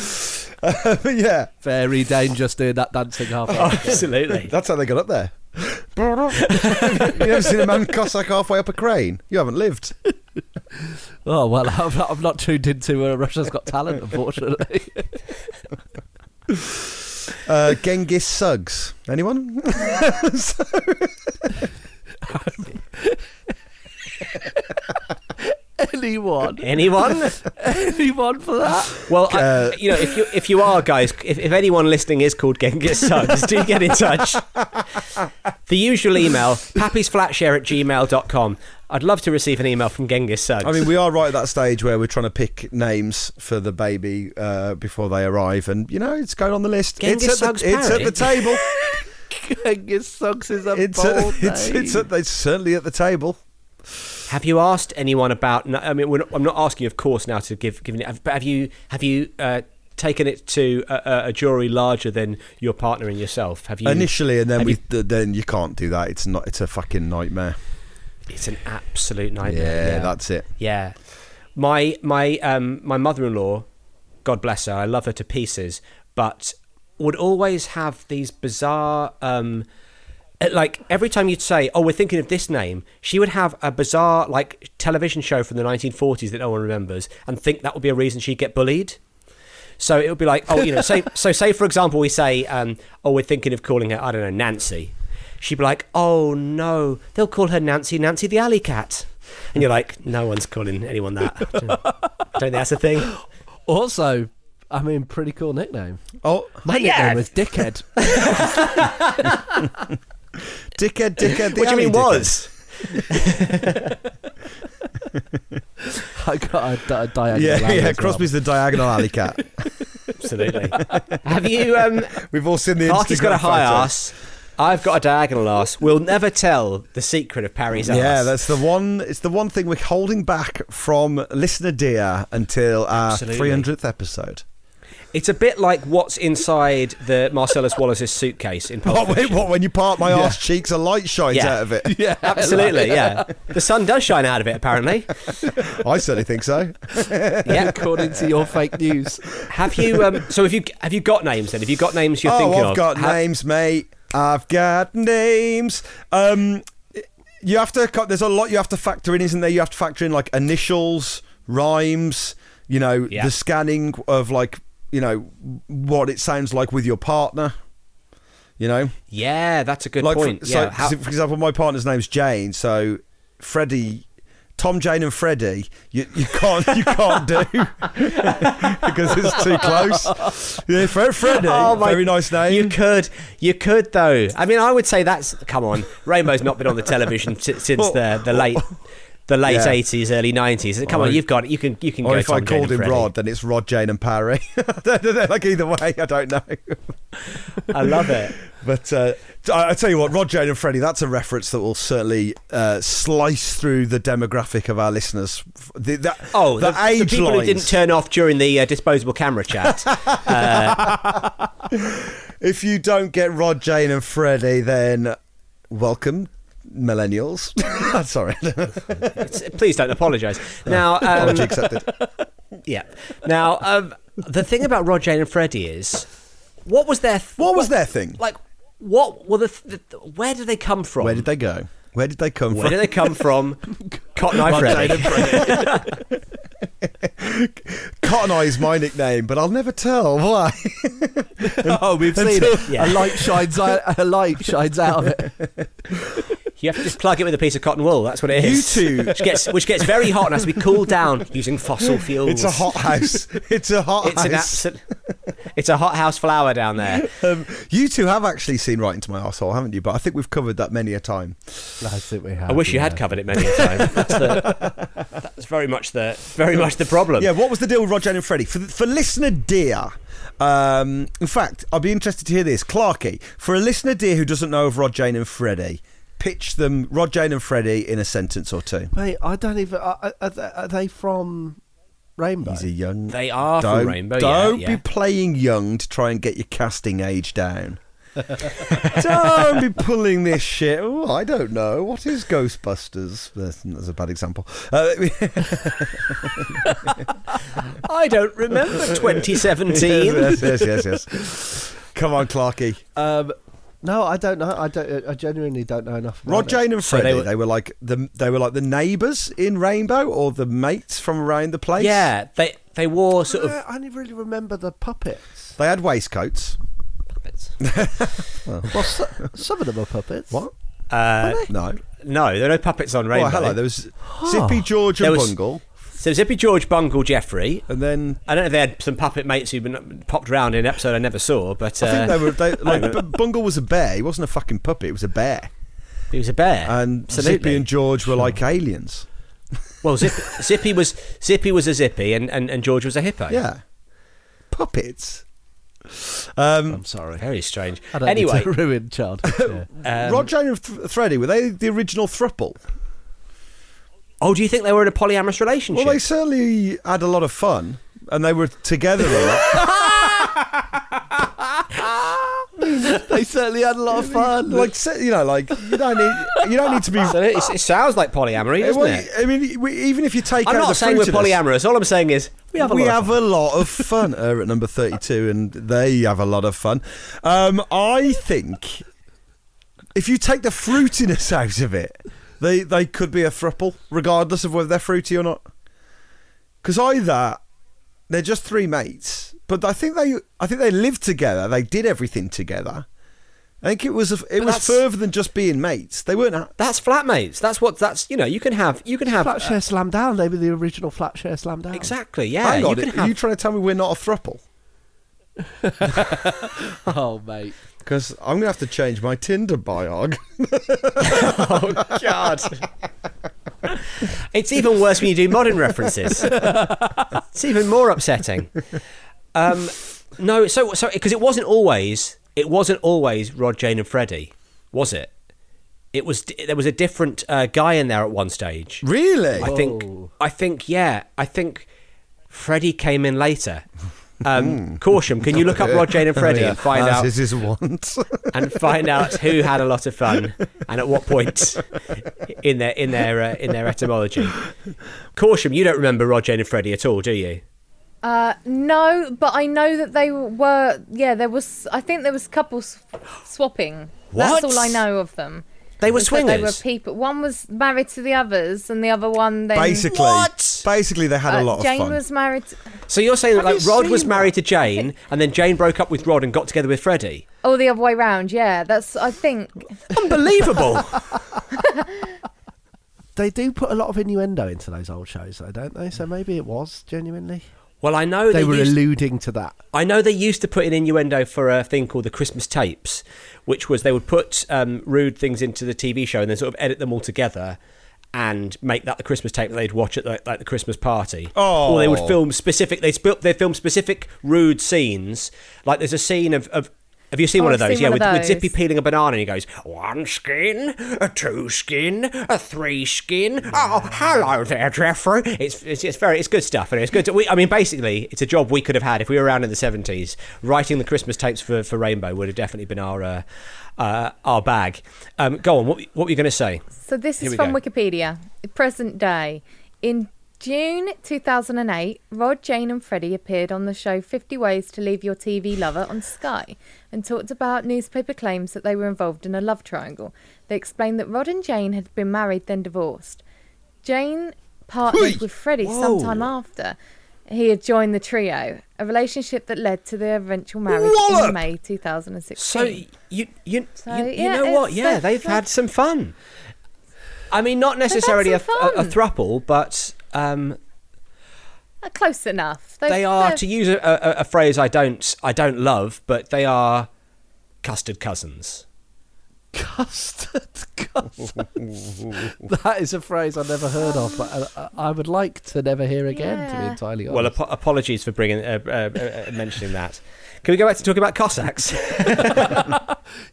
[SPEAKER 1] yeah,
[SPEAKER 2] very dangerous doing that dancing half?
[SPEAKER 3] Absolutely.
[SPEAKER 1] that's how they got up there. you ever seen a man Cossack halfway up a crane? You haven't lived.
[SPEAKER 2] oh well, I'm not, I'm not tuned into uh, Russia's Got Talent, unfortunately.
[SPEAKER 1] Uh, Genghis Suggs. Anyone?
[SPEAKER 2] anyone,
[SPEAKER 3] Anyone?
[SPEAKER 2] anyone for that?
[SPEAKER 3] Well, I-
[SPEAKER 1] Uh,
[SPEAKER 3] you know, if you if you are guys, if, if anyone listening is called Genghis Suggs, do get in touch. The usual email, pappysflatshare at gmail.com. I'd love to receive an email from Genghis Suggs.
[SPEAKER 1] I mean, we are right at that stage where we're trying to pick names for the baby uh, before they arrive, and you know it's going on the list.
[SPEAKER 3] Genghis
[SPEAKER 1] it's at
[SPEAKER 3] Suggs
[SPEAKER 1] the, it's at
[SPEAKER 3] parody?
[SPEAKER 1] the table.
[SPEAKER 2] Genghis Suggs is a
[SPEAKER 1] it's, at,
[SPEAKER 2] bold
[SPEAKER 1] it's, it's,
[SPEAKER 2] name.
[SPEAKER 1] at, it's certainly at the table.
[SPEAKER 3] have you asked anyone about? no, I mean, we're not, I'm not asking, you, of course, now to give giving it. have- But have you have you uh, taken it to a, a- a jury larger than your partner and yourself? Have you
[SPEAKER 1] Initially, and then
[SPEAKER 3] have
[SPEAKER 1] we
[SPEAKER 3] you-
[SPEAKER 1] th then you can't do that. It's not. It's a fucking nightmare.
[SPEAKER 3] it's an absolute
[SPEAKER 1] Yeah,
[SPEAKER 3] nightmare.
[SPEAKER 1] that's it.
[SPEAKER 3] Yeah. My my um my mother-in-law, God bless her, I love her to pieces, but would always have these bizarre um uh, like every time you'd say, "Oh, we're thinking of this name," she would have a bizarre like television show from the 1940s that no one remembers, and think that would be a reason she'd get bullied. So it would be like, oh, you know, say, so say for example, we say, um, oh, we're thinking of calling her, I don't know, Nancy. She'd be like, oh no, they'll call her Nancy, Nancy the alley cat. And you're like, no one's calling anyone that. Don't think that's a thing.
[SPEAKER 2] Also, I mean, pretty cool nickname.
[SPEAKER 1] Oh,
[SPEAKER 2] My
[SPEAKER 3] Yeah.
[SPEAKER 2] nickname was Dickhead.
[SPEAKER 1] dickhead, dickhead. the
[SPEAKER 3] What do you
[SPEAKER 1] alley
[SPEAKER 3] mean
[SPEAKER 1] dickhead.
[SPEAKER 3] was?
[SPEAKER 2] I got a, di- a diagonal.
[SPEAKER 1] Yeah,
[SPEAKER 2] alley as
[SPEAKER 1] yeah.
[SPEAKER 2] well.
[SPEAKER 1] Crosby's the diagonal alley cat.
[SPEAKER 3] Absolutely. Have you? Um,
[SPEAKER 1] We've all seen the.
[SPEAKER 3] Parky's got a
[SPEAKER 1] Instagram
[SPEAKER 3] high
[SPEAKER 1] photo.
[SPEAKER 3] ass. I've got a diagonal ass. We'll never tell the secret of Parry's ass.
[SPEAKER 1] Yeah, that's the one. It's the one thing we're holding back from listener dear until our
[SPEAKER 3] Absolutely.
[SPEAKER 1] three hundredth episode.
[SPEAKER 3] It's a bit like what's inside the Marcellus Wallace's suitcase in Pulp
[SPEAKER 1] What, Oh, wait,
[SPEAKER 3] Fiction.
[SPEAKER 1] what? When you part my arse cheeks, a light shines
[SPEAKER 3] Yeah.
[SPEAKER 1] out of it.
[SPEAKER 2] Yeah,
[SPEAKER 3] Absolutely, yeah. The sun does shine out of it, apparently.
[SPEAKER 1] I certainly think so.
[SPEAKER 3] Yeah.
[SPEAKER 2] According to your fake news,
[SPEAKER 3] Have you? Um, so, have you? Have you got names? Then, have you got names you're
[SPEAKER 1] oh,
[SPEAKER 3] thinking
[SPEAKER 1] I've
[SPEAKER 3] of?
[SPEAKER 1] got
[SPEAKER 3] Ha-
[SPEAKER 1] names, mate. I've got names. Um, you have to. co- There's a lot you have to factor in, isn't there? You have to factor in like initials, rhymes. You know,
[SPEAKER 3] Yeah.
[SPEAKER 1] the scanning of like you know what it sounds like with your partner. You know,
[SPEAKER 3] Yeah, that's a good
[SPEAKER 1] like
[SPEAKER 3] point.
[SPEAKER 1] For,
[SPEAKER 3] yeah.
[SPEAKER 1] so,
[SPEAKER 3] how-
[SPEAKER 1] for example, my partner's name's Jane, so Freddie. Tom, Jane, and Freddie, you, you can't you can't do because it's too close. Yeah, Fred, Freddie,
[SPEAKER 3] Oh, my-
[SPEAKER 1] very nice name.
[SPEAKER 3] You could, you could though. I mean, I would say that's come on. Rainbow's not been on the television si- since the the late the late
[SPEAKER 1] Yeah.
[SPEAKER 3] eighties, early nineties. Come
[SPEAKER 1] Or-
[SPEAKER 3] on, you've got it. You can you can
[SPEAKER 1] Or
[SPEAKER 3] go.
[SPEAKER 1] if
[SPEAKER 3] Tom,
[SPEAKER 1] I
[SPEAKER 3] Jane,
[SPEAKER 1] called
[SPEAKER 3] and
[SPEAKER 1] him
[SPEAKER 3] Freddie.
[SPEAKER 1] Rod, then it's Rod, Jane, and Parry. like either way, I don't know.
[SPEAKER 3] I love it.
[SPEAKER 1] But uh, I, I tell you what, Rod, Jane, and Freddie, that's a reference that will certainly uh, slice through the demographic of our listeners. F- The, that,
[SPEAKER 3] Oh,
[SPEAKER 1] the,
[SPEAKER 3] the,
[SPEAKER 1] age
[SPEAKER 3] the people
[SPEAKER 1] lines.
[SPEAKER 3] who didn't turn off during the uh, disposable camera chat.
[SPEAKER 1] If you don't get Rod, Jane, and Freddie, then welcome, millennials. Sorry,
[SPEAKER 3] It's- Please don't apologise. Now, um,
[SPEAKER 1] apology accepted.
[SPEAKER 3] yeah. Now, um, the thing about Rod, Jane, and Freddie is, what was their th-
[SPEAKER 1] What was their thing?
[SPEAKER 3] like? What were the, th- the where did they come from?
[SPEAKER 1] Where did they go? Where did they come
[SPEAKER 3] Where
[SPEAKER 1] from?
[SPEAKER 3] did they come from? Cotton Eye Freddy.
[SPEAKER 1] Cotton Eye is my nickname, but I'll never tell why.
[SPEAKER 2] oh, we've seen it.
[SPEAKER 3] Yeah.
[SPEAKER 2] A light shines out. A light shines out of it.
[SPEAKER 3] You have to just plug it with a piece of cotton wool. That's what it is.
[SPEAKER 1] You two-
[SPEAKER 3] which gets which gets very hot and has to be cooled down using fossil fuels.
[SPEAKER 1] It's a hot house. It's a hot
[SPEAKER 3] It's
[SPEAKER 1] house.
[SPEAKER 3] an absolute. It's a hothouse flower down there.
[SPEAKER 1] Um, you two have actually seen Right Into My Arsehole, haven't you? But I think we've covered that many a time.
[SPEAKER 2] I think we have.
[SPEAKER 3] I wish you had covered it many a time. That's, the, that's very much the very much the problem.
[SPEAKER 1] Yeah, what was the deal with Roger and Freddie? For, for listener dear, um, in fact, I'd be interested to hear this. Clarky, for a listener dear who doesn't know of Rod, Jane and Freddie, pitch them Rod, Jane and Freddie in a sentence or two.
[SPEAKER 2] Mate, I don't even. Are, are, they, are they from Rainbow?
[SPEAKER 1] He's a young...
[SPEAKER 3] They are from
[SPEAKER 1] don't,
[SPEAKER 3] Rainbow, yeah,
[SPEAKER 1] Don't
[SPEAKER 3] yeah.
[SPEAKER 1] be playing young to try and get your casting age down. don't be pulling this shit. Oh, I don't know. What is Ghostbusters? That's, that's a bad example. Uh,
[SPEAKER 3] I don't remember 2017.
[SPEAKER 1] Yes, yes, yes, yes. yes. Come on, Clarky.
[SPEAKER 2] Um, no, I don't know. I don't. I genuinely don't know enough. about
[SPEAKER 1] Rod,
[SPEAKER 2] it.
[SPEAKER 1] Jane, and Freddie.
[SPEAKER 3] they
[SPEAKER 1] they,
[SPEAKER 3] were-
[SPEAKER 1] were, like the they were like the neighbours in Rainbow or the mates from around the place.
[SPEAKER 3] yeah, they they wore sort
[SPEAKER 2] Uh,
[SPEAKER 3] of.
[SPEAKER 2] I only really remember the puppets.
[SPEAKER 1] they had waistcoats.
[SPEAKER 2] Well, so, some of them are puppets.
[SPEAKER 1] What?
[SPEAKER 3] Uh,
[SPEAKER 1] No.
[SPEAKER 3] no, there are no puppets on Rainbow.
[SPEAKER 1] Oh, hello. There was Zippy George
[SPEAKER 3] There
[SPEAKER 1] and
[SPEAKER 3] was-
[SPEAKER 1] Bungle,
[SPEAKER 3] so Zippy George, Bungle, Jeffrey.
[SPEAKER 1] and then
[SPEAKER 3] I don't know if they had some puppet mates who'd been popped around in an episode I never saw, but uh,
[SPEAKER 1] I think they were they, like
[SPEAKER 3] know.
[SPEAKER 1] B- Bungle was a bear. He wasn't a fucking puppet. He was a bear.
[SPEAKER 3] he was a bear.
[SPEAKER 1] And Zippy and George were like aliens.
[SPEAKER 3] Well, Zippy, Zippy was Zippy was a Zippy, and, and, and George was a hippo.
[SPEAKER 1] Yeah. Puppets. Um,
[SPEAKER 2] I'm sorry.
[SPEAKER 3] Oh, very strange.
[SPEAKER 2] I don't
[SPEAKER 3] Anyway,
[SPEAKER 2] need to ruin child. Yeah.
[SPEAKER 3] um,
[SPEAKER 1] Rod, Jane, and Th- Freddie were they the original thruple?
[SPEAKER 3] oh, do you think they were in a polyamorous relationship?
[SPEAKER 1] Well, they certainly had a lot of fun, and they were together a lot.
[SPEAKER 2] they certainly had a lot of fun.
[SPEAKER 1] like se- you know, like you don't need you don't need to be.
[SPEAKER 3] So it, it sounds like polyamory, doesn't
[SPEAKER 1] Well,
[SPEAKER 3] it?
[SPEAKER 1] I mean, we, even if you take
[SPEAKER 3] I'm
[SPEAKER 1] out the
[SPEAKER 3] not saying we're
[SPEAKER 1] fruitiness,
[SPEAKER 3] polyamorous. All I'm saying is we have a lot. of
[SPEAKER 1] of
[SPEAKER 3] fun.
[SPEAKER 1] fun uh, at number thirty-two, and they have a lot of fun. Um, I think if you take the fruitiness out of it, they they could be a thruple, regardless of whether they're fruity or not. Because either they're just three mates, but I think they I think they lived together, they did everything together, I think it was a, it
[SPEAKER 3] But
[SPEAKER 1] was
[SPEAKER 3] that's-
[SPEAKER 1] further than just being mates. They weren't. ha-
[SPEAKER 3] That's flatmates. That's what. That's you know. You can have. You can have. uh,
[SPEAKER 2] Flatshare Slam Down. They were the original Flatshare Slam Down.
[SPEAKER 3] exactly. Yeah.
[SPEAKER 1] Hang on,
[SPEAKER 3] you can
[SPEAKER 1] are
[SPEAKER 3] have.
[SPEAKER 1] you trying to tell me we're not a thruple?
[SPEAKER 2] Oh, mate.
[SPEAKER 1] Because I'm gonna have to change my Tinder biog.
[SPEAKER 3] oh God. it's even worse when you do modern references. it's even more upsetting. Um, no. So so because it wasn't always. It wasn't always Rod, Jane, and Freddie, was it? It was. There was a different uh, guy in there at one stage.
[SPEAKER 1] really?
[SPEAKER 3] I think. I think. Yeah. I think. Freddie came in later.
[SPEAKER 1] Hmm.
[SPEAKER 3] Um, caution! Can you look up Rod, Jane, and
[SPEAKER 2] Oh,
[SPEAKER 3] Freddie and find
[SPEAKER 1] As
[SPEAKER 3] out
[SPEAKER 1] is Oh, his want.
[SPEAKER 3] and find out who had a lot of fun and at what point in their in their uh, in their etymology. Caution, you don't remember Rod, Jane, and Freddie at all, do you?
[SPEAKER 7] Uh, no, but I know that they were. Yeah, there was. I think there was couples swapping.
[SPEAKER 3] What?
[SPEAKER 7] That's all I know of them.
[SPEAKER 3] They were
[SPEAKER 7] Is that They were
[SPEAKER 3] swingers.
[SPEAKER 7] people. One was married to the others, and the other one then.
[SPEAKER 1] basically,
[SPEAKER 3] What?
[SPEAKER 1] basically they had
[SPEAKER 7] uh,
[SPEAKER 1] a lot of
[SPEAKER 7] Jane
[SPEAKER 1] fun.
[SPEAKER 7] was married. To,
[SPEAKER 3] So you're saying that
[SPEAKER 1] Have
[SPEAKER 3] like
[SPEAKER 1] you
[SPEAKER 3] Rod
[SPEAKER 1] seen
[SPEAKER 3] was married
[SPEAKER 1] that?
[SPEAKER 3] to Jane, and then Jane broke up with Rod and got together with Freddie.
[SPEAKER 7] oh, the other way round. Yeah, that's. I think.
[SPEAKER 3] Unbelievable!
[SPEAKER 2] They do put a lot of innuendo into those old shows, though, don't they? So maybe it was genuinely.
[SPEAKER 3] well, I know
[SPEAKER 2] They, were
[SPEAKER 3] used-
[SPEAKER 2] alluding to that.
[SPEAKER 3] I know they used to put an innuendo for a thing called the Christmas tapes, which was they would put um, rude things into the TV show and then sort of edit them all together and make that the Christmas tape that they'd watch at like, like the Christmas party.
[SPEAKER 1] Oh.
[SPEAKER 3] Or they would film specific. They sp- they film specific rude scenes. Like there's a scene of. of have you seen
[SPEAKER 7] Oh,
[SPEAKER 3] one
[SPEAKER 7] I've
[SPEAKER 3] of those?
[SPEAKER 7] seen
[SPEAKER 3] Yeah,
[SPEAKER 7] one
[SPEAKER 3] with,
[SPEAKER 7] of
[SPEAKER 3] with Zippy
[SPEAKER 7] those.
[SPEAKER 3] peeling a banana and he goes, one skin, a two skin, a three skin. Oh, hello there, Jeffrey. It's, it's, it's very, it's good stuff. And it's good. To, we, I mean, basically, it's a job we could have had if we were around in the 70s. Writing the Christmas tapes for, for Rainbow would have definitely been our, uh, uh, our bag. Um, go on, what, what were you going to say?
[SPEAKER 7] So this
[SPEAKER 3] Here
[SPEAKER 7] is
[SPEAKER 3] we
[SPEAKER 7] from
[SPEAKER 3] go.
[SPEAKER 7] Wikipedia. Present day. In June 2008, Rod, Jane, and Freddie appeared on the show 50 Ways to Leave Your TV Lover on Sky and talked about newspaper claims that they were involved in a love triangle. They explained that Rod and Jane had been married, then divorced. Jane partnered with Freddie sometime after he had joined the trio, a relationship that led to their eventual marriage
[SPEAKER 1] Wallop!
[SPEAKER 7] in May 2016.
[SPEAKER 3] So you you you,
[SPEAKER 7] So,
[SPEAKER 3] you, you
[SPEAKER 7] yeah,
[SPEAKER 3] know what?
[SPEAKER 7] it's
[SPEAKER 3] Yeah,
[SPEAKER 7] the-
[SPEAKER 3] they've had some fun. I mean, not necessarily a,
[SPEAKER 7] had some
[SPEAKER 3] a, a
[SPEAKER 7] fun.
[SPEAKER 3] thruple, but um,
[SPEAKER 7] Uh, close enough.
[SPEAKER 3] they are,
[SPEAKER 7] they're-
[SPEAKER 3] to use a, a, a phrase I don't I don't love, but they are custard cousins.
[SPEAKER 2] Custard custard. that is a phrase I never heard of, but I, I I would like to never hear again. To be
[SPEAKER 7] Yeah.
[SPEAKER 2] entirely honest.
[SPEAKER 3] Well, ap- apologies for bringing uh, uh, uh, mentioning that. Can we go back to talking about Cossacks?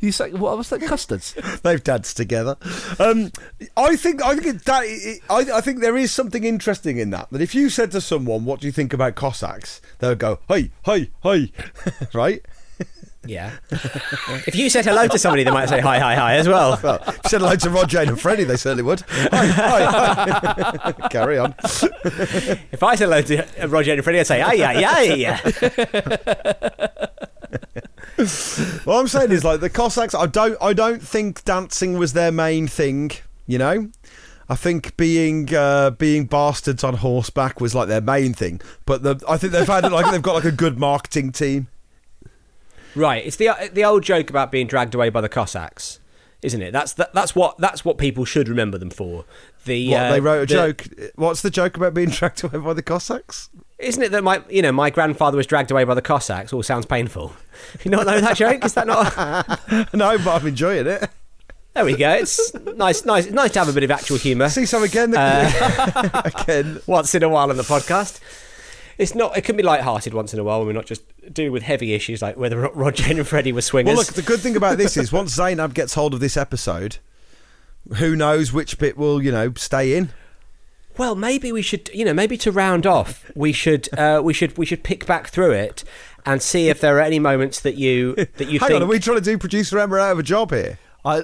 [SPEAKER 2] you say what was that? Custards.
[SPEAKER 1] They've dads together. Um, I think I think it, that it, I, I think there is something interesting in that. That if you said to someone, "What do you think about Cossacks?" they would go, "Hey, hey, hey," right?
[SPEAKER 3] yeah. if you said hello to somebody, they might say hi, hi, hi as well.
[SPEAKER 1] Well, if you said hello to Rod, Jane, and Freddie, they certainly would. Hi, hi, hi. Carry on.
[SPEAKER 3] If I said hello to uh, Roger and Freddie, I'd say, ay, ay, ay.
[SPEAKER 1] What I'm saying is, like the Cossacks, I don't, I don't think dancing was their main thing. You know, I think being uh, being bastards on horseback was like their main thing. But the, I think they've had like they've got like a good marketing team.
[SPEAKER 3] Right, it's the the old joke about being dragged away by the Cossacks, isn't it? That's that, that's what that's what people should remember them for. The
[SPEAKER 1] What,
[SPEAKER 3] uh,
[SPEAKER 1] they wrote a
[SPEAKER 3] the-
[SPEAKER 1] joke. What's the joke about being dragged away by the Cossacks?
[SPEAKER 3] isn't it? That my you know my grandfather was dragged away by the Cossacks. All sounds painful. You not know that joke? Is that not?
[SPEAKER 1] no, but I'm enjoying it.
[SPEAKER 3] There we go. It's nice, nice, it's nice to have a bit of actual humour
[SPEAKER 1] See, so again, the,
[SPEAKER 3] Uh,
[SPEAKER 1] again,
[SPEAKER 3] once in a while on the podcast. It's not. It can be light-hearted once in a while when we're not just dealing with heavy issues like whether Rod, Jane, and Freddie were swingers.
[SPEAKER 1] Well, look, the good thing about this is once Zainab gets hold of this episode, who knows which bit will, you know, stay in.
[SPEAKER 3] Well, maybe we should, you know, maybe to round off, we should, uh, we should, we should pick back through it and see if there are any moments that you that you
[SPEAKER 1] Hang
[SPEAKER 3] think.
[SPEAKER 1] on, are we trying to do producer Emma out of a job here?
[SPEAKER 2] I,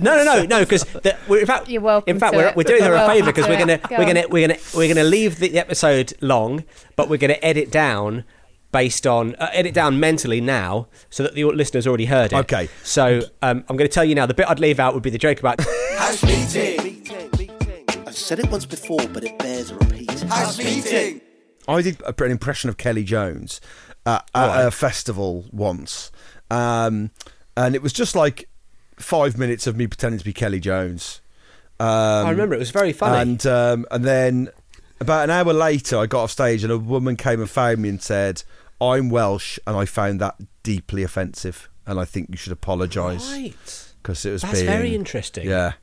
[SPEAKER 3] No, no, no, no, because we're in fact,
[SPEAKER 7] You're welcome
[SPEAKER 3] in fact,
[SPEAKER 7] to
[SPEAKER 3] we're,
[SPEAKER 7] it.
[SPEAKER 3] we're doing her
[SPEAKER 7] You're
[SPEAKER 3] a favour
[SPEAKER 7] welcome
[SPEAKER 3] because
[SPEAKER 7] to
[SPEAKER 3] we're
[SPEAKER 7] it.
[SPEAKER 3] gonna,
[SPEAKER 7] Go
[SPEAKER 3] we're gonna,
[SPEAKER 7] on.
[SPEAKER 3] we're gonna, we're gonna leave the episode long, but we're gonna edit down based on uh, edit down mentally now so that the listeners already heard it.
[SPEAKER 1] Okay.
[SPEAKER 3] So um, I'm going to tell you now. The bit I'd leave out would be the joke about.
[SPEAKER 6] House meeting.
[SPEAKER 5] I've said it once before, but it bears repeating.
[SPEAKER 6] House meeting.
[SPEAKER 1] I did a- an impression of Kelly Jones uh, at a festival once. Um, and it was just like five minutes of me pretending to be Kelly Jones. Um,
[SPEAKER 3] I remember it was very funny.
[SPEAKER 1] And um, and then about an hour later, I got off stage and a woman came and found me and said, "I'm Welsh," and I found that deeply offensive, and I think you should apologise
[SPEAKER 3] Right.
[SPEAKER 1] because it was
[SPEAKER 3] That's
[SPEAKER 1] being-
[SPEAKER 3] very interesting.
[SPEAKER 1] Yeah.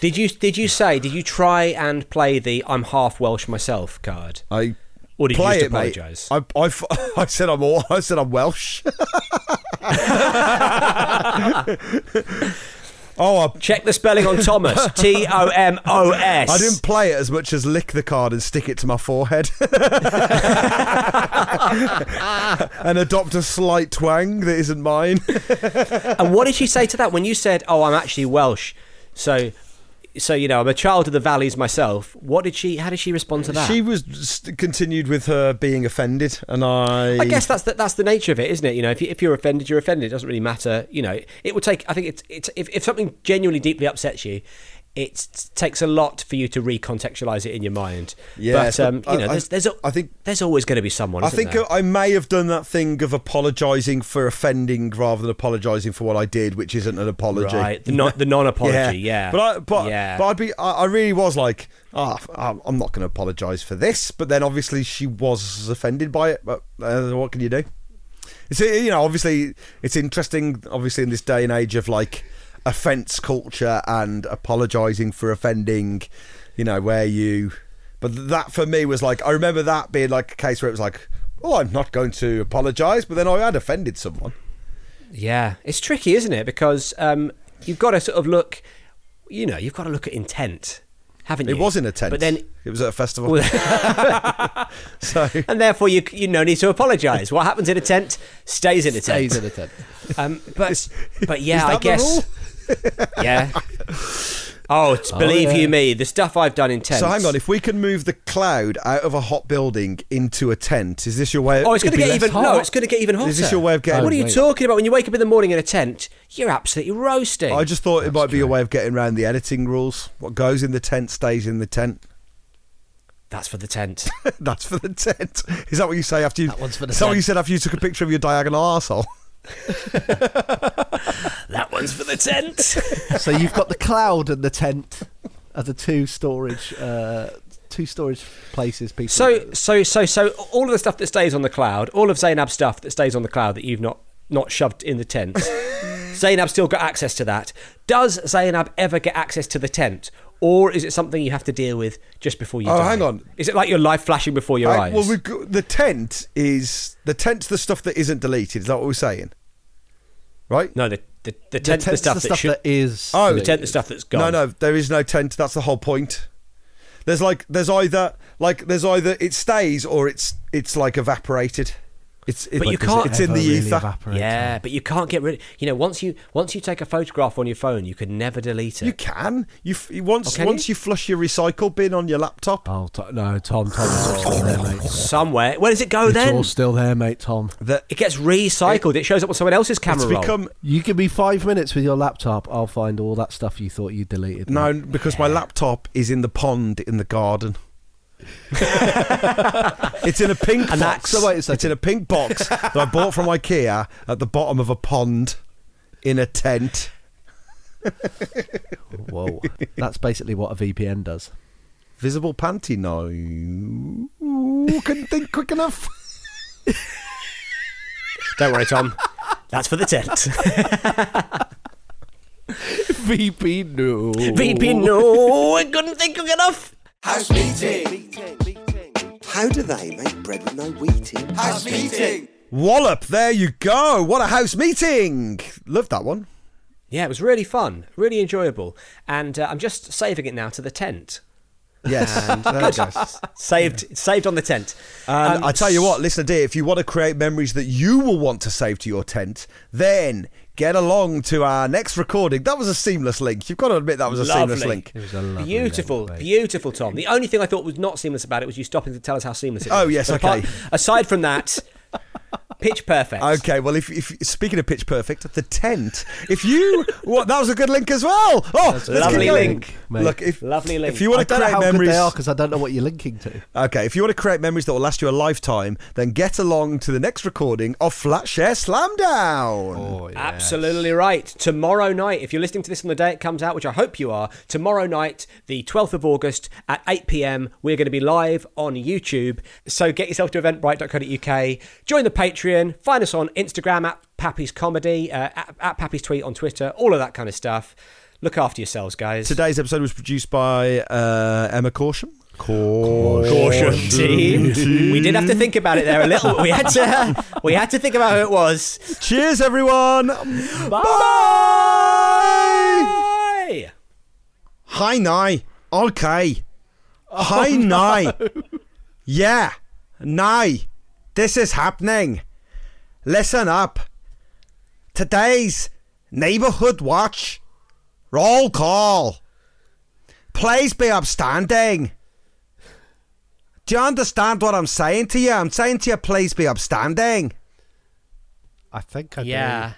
[SPEAKER 3] Did you did you say did you try and play the I'm half Welsh myself card?
[SPEAKER 1] I
[SPEAKER 3] Or did you
[SPEAKER 1] play
[SPEAKER 3] just
[SPEAKER 1] it, mate.
[SPEAKER 3] apologise?
[SPEAKER 1] I, I f- I said I'm all, I said I'm Welsh. oh, I,
[SPEAKER 3] Check the spelling on Thomas. T O M O S.
[SPEAKER 1] I didn't play it as much as lick the card and stick it to my forehead, and adopt a slight twang that isn't mine.
[SPEAKER 3] And what did she say to that when you said, "Oh, I'm actually Welsh"? So, so you know, I'm a child of the valleys myself. What did she? How did she respond to that?
[SPEAKER 1] She was st- continued with her being offended, and I.
[SPEAKER 3] I guess that's the, that's the nature of it, isn't it? You know, if, you, if you're offended, you're offended. It doesn't really matter. You know, it would take. I think it's it's if, if something genuinely deeply upsets you, it takes a lot for you to recontextualize it in your mind.
[SPEAKER 1] Yes,
[SPEAKER 3] but, um,
[SPEAKER 1] but
[SPEAKER 3] you know,
[SPEAKER 1] I- I-
[SPEAKER 3] there's there's a,
[SPEAKER 1] I think-
[SPEAKER 3] there's always going to be someone.
[SPEAKER 1] I
[SPEAKER 3] isn't
[SPEAKER 1] think
[SPEAKER 3] there?
[SPEAKER 1] I may have done that thing of apologising for offending rather than apologising for what I did, which isn't an apology.
[SPEAKER 3] right the non the non-apology. Yeah,
[SPEAKER 1] But I, but,
[SPEAKER 3] yeah.
[SPEAKER 1] but I'd be, I, I really was like, ah, I'm I'm not going to apologise for this. But then obviously she was offended by it. But uh, what can you do? It's uh, you know obviously it's interesting. Obviously in this day and age of like offence culture and apologising for offending, you know where you. But that for me was like I remember that being like a case where it was like, oh, I'm not going to apologise, but then I had offended someone.
[SPEAKER 3] Yeah, it's tricky, isn't it? Because um, you've got to sort of look, you know, you've got to look at intent, haven't you?
[SPEAKER 1] It was in a tent,
[SPEAKER 3] but then,
[SPEAKER 1] it was at a festival. so
[SPEAKER 3] and therefore, you you no need to apologise. What happens in a tent stays in a tent.
[SPEAKER 2] Stays in a tent.
[SPEAKER 3] Um, but but yeah,
[SPEAKER 1] is
[SPEAKER 3] I
[SPEAKER 1] that the
[SPEAKER 3] guess. yeah. Oh, it's, believe
[SPEAKER 2] yeah.
[SPEAKER 3] you me, the stuff I've done in tents.
[SPEAKER 1] So hang on, if we can move the cloud out of a hot building into a tent, is this your way?
[SPEAKER 3] Oh, it's
[SPEAKER 1] it'd
[SPEAKER 3] going to
[SPEAKER 1] be
[SPEAKER 3] get
[SPEAKER 1] less
[SPEAKER 3] even
[SPEAKER 1] hot?
[SPEAKER 3] no. It's going to get even hotter.
[SPEAKER 1] Is this your way of getting-
[SPEAKER 3] What are
[SPEAKER 2] Oh,
[SPEAKER 3] you
[SPEAKER 2] wait.
[SPEAKER 3] talking about? When you wake up in the morning in a tent, you're absolutely roasting.
[SPEAKER 1] I just thought it might be a way of getting around the editing rules. What goes in the tent stays in the tent.
[SPEAKER 3] That's for the tent.
[SPEAKER 1] That's for the tent. Is that what you say after you?
[SPEAKER 2] That one's for the
[SPEAKER 1] is that what
[SPEAKER 2] tent.
[SPEAKER 1] you said after you took a picture of your diagonal arsehole?
[SPEAKER 3] that one's for the tent.
[SPEAKER 2] so you've got the cloud and the tent are the two storage uh, two storage places people
[SPEAKER 3] So, so, so, so, all of the stuff that stays on the cloud, all of Zainab's stuff that stays on the cloud that you've not not shoved in the tent, Zainab's still got access to that. Does Zainab ever get access to the tent, or is it something you have to deal with just before you?
[SPEAKER 1] Oh,
[SPEAKER 3] die?
[SPEAKER 1] hang on.
[SPEAKER 3] Is it like your life flashing before your
[SPEAKER 1] Right,
[SPEAKER 3] eyes?
[SPEAKER 1] Uh, well, we've got, the tent is the tent's the stuff that isn't deleted. Is that what we're saying? Right?
[SPEAKER 3] no, the the, the
[SPEAKER 2] the
[SPEAKER 3] tent,
[SPEAKER 2] tent's
[SPEAKER 3] the stuff
[SPEAKER 2] the
[SPEAKER 3] that
[SPEAKER 2] stuff
[SPEAKER 3] should.
[SPEAKER 2] that is
[SPEAKER 1] Oh,
[SPEAKER 3] the tent, the stuff that's gone.
[SPEAKER 1] No, no, there is no tent. That's the whole point. There's like there's either like there's either it stays or it's it's like evaporated. It's it,
[SPEAKER 3] But you
[SPEAKER 1] it's-
[SPEAKER 3] can't-
[SPEAKER 1] It's in the
[SPEAKER 2] Ever really
[SPEAKER 1] ether.
[SPEAKER 2] evaporate.
[SPEAKER 3] Yeah, but you can't get rid. You know, once you once you take a photograph on your phone, you can never delete it.
[SPEAKER 1] You can. You f- you- once
[SPEAKER 3] Oh, can
[SPEAKER 1] once you? flush your recycle bin on your laptop.
[SPEAKER 2] Oh to- no, Tom! Tom is still there, mate.
[SPEAKER 3] Somewhere. Where does it go
[SPEAKER 2] It's
[SPEAKER 3] then?
[SPEAKER 2] all still there, mate, Tom.
[SPEAKER 1] That
[SPEAKER 3] It gets recycled. It, shows up on someone else's camera
[SPEAKER 1] it's
[SPEAKER 3] roll.
[SPEAKER 1] become
[SPEAKER 2] You give me five minutes with your laptop, I'll find all that stuff you thought you deleted.
[SPEAKER 1] no
[SPEAKER 2] mate.
[SPEAKER 1] because my laptop is in the pond in the garden. it's in a pink
[SPEAKER 2] And
[SPEAKER 1] box.
[SPEAKER 2] that's- so wait a
[SPEAKER 1] it's in
[SPEAKER 2] second.
[SPEAKER 1] a pink box that I bought from IKEA at the bottom of a pond in a tent.
[SPEAKER 2] Whoa. That's basically what a VPN does.
[SPEAKER 1] Visible panty? No. Ooh, couldn't think quick enough.
[SPEAKER 3] Don't worry, Tom. That's for the tent.
[SPEAKER 2] VP no.
[SPEAKER 3] VP, no, I couldn't think of enough.
[SPEAKER 6] House meeting.
[SPEAKER 5] How do they make bread with no wheat in?
[SPEAKER 6] House meeting.
[SPEAKER 1] Wallop, there you go. What a house meeting. Loved that one.
[SPEAKER 3] Yeah, it was really fun, really enjoyable, and uh, I'm just saving it now to the tent.
[SPEAKER 1] Yes. there it goes.
[SPEAKER 3] Saved, saved on the tent. Um,
[SPEAKER 1] And I tell you what, listener dear, if you want to create memories that you will want to save to your tent, then get along to our next recording. That was a seamless link. You've got to admit that was a seamless
[SPEAKER 3] Lovely.
[SPEAKER 1] link.
[SPEAKER 2] was a lovely
[SPEAKER 3] beautiful,
[SPEAKER 2] link, mate.
[SPEAKER 3] beautiful, Tom. The only thing I thought was not seamless about it was you stopping to tell us how seamless it was.
[SPEAKER 1] Oh, yes,
[SPEAKER 3] apart-
[SPEAKER 1] okay.
[SPEAKER 3] aside from that, Pitch perfect.
[SPEAKER 1] Okay, well, if, if speaking of Pitch Perfect, the tent. If you, what that was a good link as well. Oh, let's keep
[SPEAKER 3] lovely
[SPEAKER 1] going.
[SPEAKER 3] link, mate.
[SPEAKER 1] Look, if
[SPEAKER 3] Lovely link.
[SPEAKER 1] If you want
[SPEAKER 2] I
[SPEAKER 1] to
[SPEAKER 2] don't know
[SPEAKER 1] create
[SPEAKER 2] how
[SPEAKER 1] memories,
[SPEAKER 2] good they are because I don't know what you're linking to.
[SPEAKER 1] okay. If you want to create memories that will last you a lifetime, then get along to the next recording of Flatshare Slamdown.
[SPEAKER 2] Oh, yeah.
[SPEAKER 3] Absolutely right. Tomorrow night, if you're listening to this on the day it comes out, which I hope you are, tomorrow night, the 12th of August at 8 pm, we're going to be live on YouTube. So get yourself to eventbrite.co.uk, join the Patreon, find us on Instagram at Pappy's Comedy, uh, at, at Pappy's Tweet on Twitter, all of that kind of stuff. Look after yourselves, guys.
[SPEAKER 1] Today's episode was produced by uh, Emma Caution. Caution.
[SPEAKER 3] team. We did have to think about it there a little. We had to. We had to think about who it was.
[SPEAKER 1] Cheers, everyone.
[SPEAKER 3] Bye.
[SPEAKER 1] Hi, nai. Okay. Hi,
[SPEAKER 3] Oh,
[SPEAKER 1] nai. Yeah. Nai. This is happening. Listen up. Today's neighborhood watch roll call. Please be upstanding. Do you understand what I'm saying to you? I'm saying to you, please be upstanding.
[SPEAKER 2] I think I do.
[SPEAKER 3] Yeah.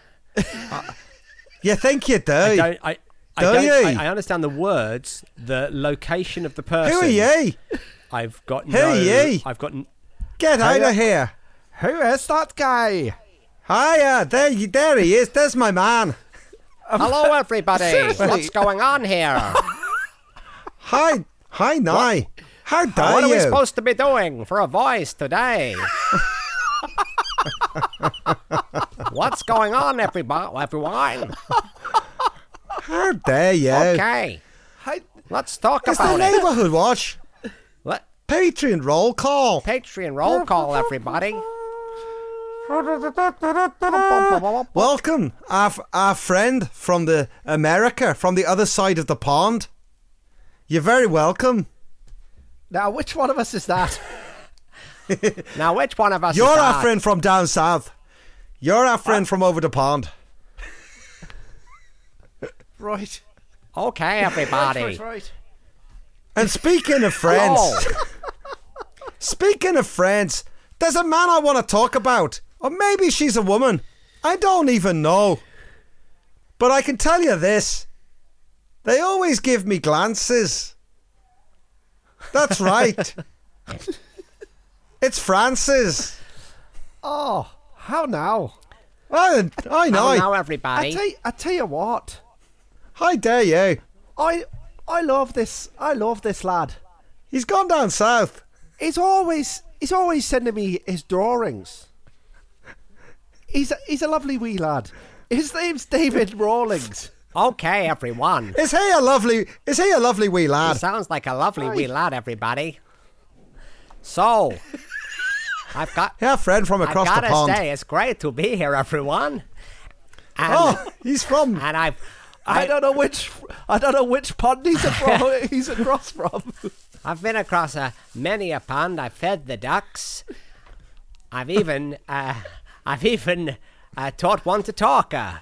[SPEAKER 1] You think you do?
[SPEAKER 3] I don't. I, I,
[SPEAKER 1] Do
[SPEAKER 3] don't
[SPEAKER 1] you?
[SPEAKER 3] I, I understand the words, the location of the person.
[SPEAKER 1] Who are ye?
[SPEAKER 3] I've got
[SPEAKER 1] Who
[SPEAKER 3] no.
[SPEAKER 1] are ye?
[SPEAKER 3] I've got. n-
[SPEAKER 1] Get out of here.
[SPEAKER 2] Who is that guy?
[SPEAKER 1] Hiya, there, you- there he is. There's my man.
[SPEAKER 8] Hello, everybody.
[SPEAKER 2] Seriously?
[SPEAKER 8] What's going on here?
[SPEAKER 1] Hi, hi, Nye. How dare
[SPEAKER 8] what are
[SPEAKER 1] you?
[SPEAKER 8] we supposed to be doing for a voice today? What's going on, everybody?
[SPEAKER 1] Uh,
[SPEAKER 8] Everyone?
[SPEAKER 1] How dare you?
[SPEAKER 8] Okay,
[SPEAKER 2] Hey,
[SPEAKER 8] let's talk
[SPEAKER 1] It's the
[SPEAKER 8] about it.
[SPEAKER 1] neighbourhood watch.
[SPEAKER 8] Let
[SPEAKER 1] Patreon roll call.
[SPEAKER 8] Patreon roll call, everybody.
[SPEAKER 1] Welcome, our, f- our friend from the America, from the other side of the pond. You're very welcome.
[SPEAKER 2] now, which one of us is that?
[SPEAKER 8] Now, which one of us?
[SPEAKER 1] You're
[SPEAKER 8] is
[SPEAKER 1] our
[SPEAKER 8] that?
[SPEAKER 1] friend from down south. You're our friend from over the pond.
[SPEAKER 2] right.
[SPEAKER 8] Okay, everybody.
[SPEAKER 2] That's right.
[SPEAKER 1] And speaking of friends,
[SPEAKER 8] Oh.
[SPEAKER 1] speaking of friends, there's a man I want to talk about. Or maybe she's a woman. I don't even know. But I can tell you this they always give me glances. That's right. it's Frances.
[SPEAKER 2] Oh, how now?
[SPEAKER 1] I, I know.
[SPEAKER 8] Hello, now,
[SPEAKER 2] I
[SPEAKER 8] everybody.
[SPEAKER 2] tell, I tell you what,
[SPEAKER 1] How dare you?
[SPEAKER 2] I I love this. I love this lad.
[SPEAKER 1] He's gone down south.
[SPEAKER 2] He's always he's always sending me his drawings. He's a, he's a lovely wee lad. His name's David Rawlings.
[SPEAKER 8] Okay, everyone.
[SPEAKER 1] Is he a lovely? Is he a lovely wee
[SPEAKER 8] He
[SPEAKER 1] lad?
[SPEAKER 8] sounds like a lovely wee lad, everybody. So, I've got.
[SPEAKER 1] Our friend from
[SPEAKER 8] I
[SPEAKER 1] across the
[SPEAKER 8] gotta
[SPEAKER 1] pond.
[SPEAKER 8] say, it's great to be here, everyone. And,
[SPEAKER 1] Oh, he's from
[SPEAKER 8] and I've,
[SPEAKER 2] I
[SPEAKER 8] I,
[SPEAKER 2] don't know which I don't know which pond he's, a fro- he's across from.
[SPEAKER 8] I've been across a, many a pond. I've fed the ducks. I've even, uh, I've even uh, taught one to talk. uh,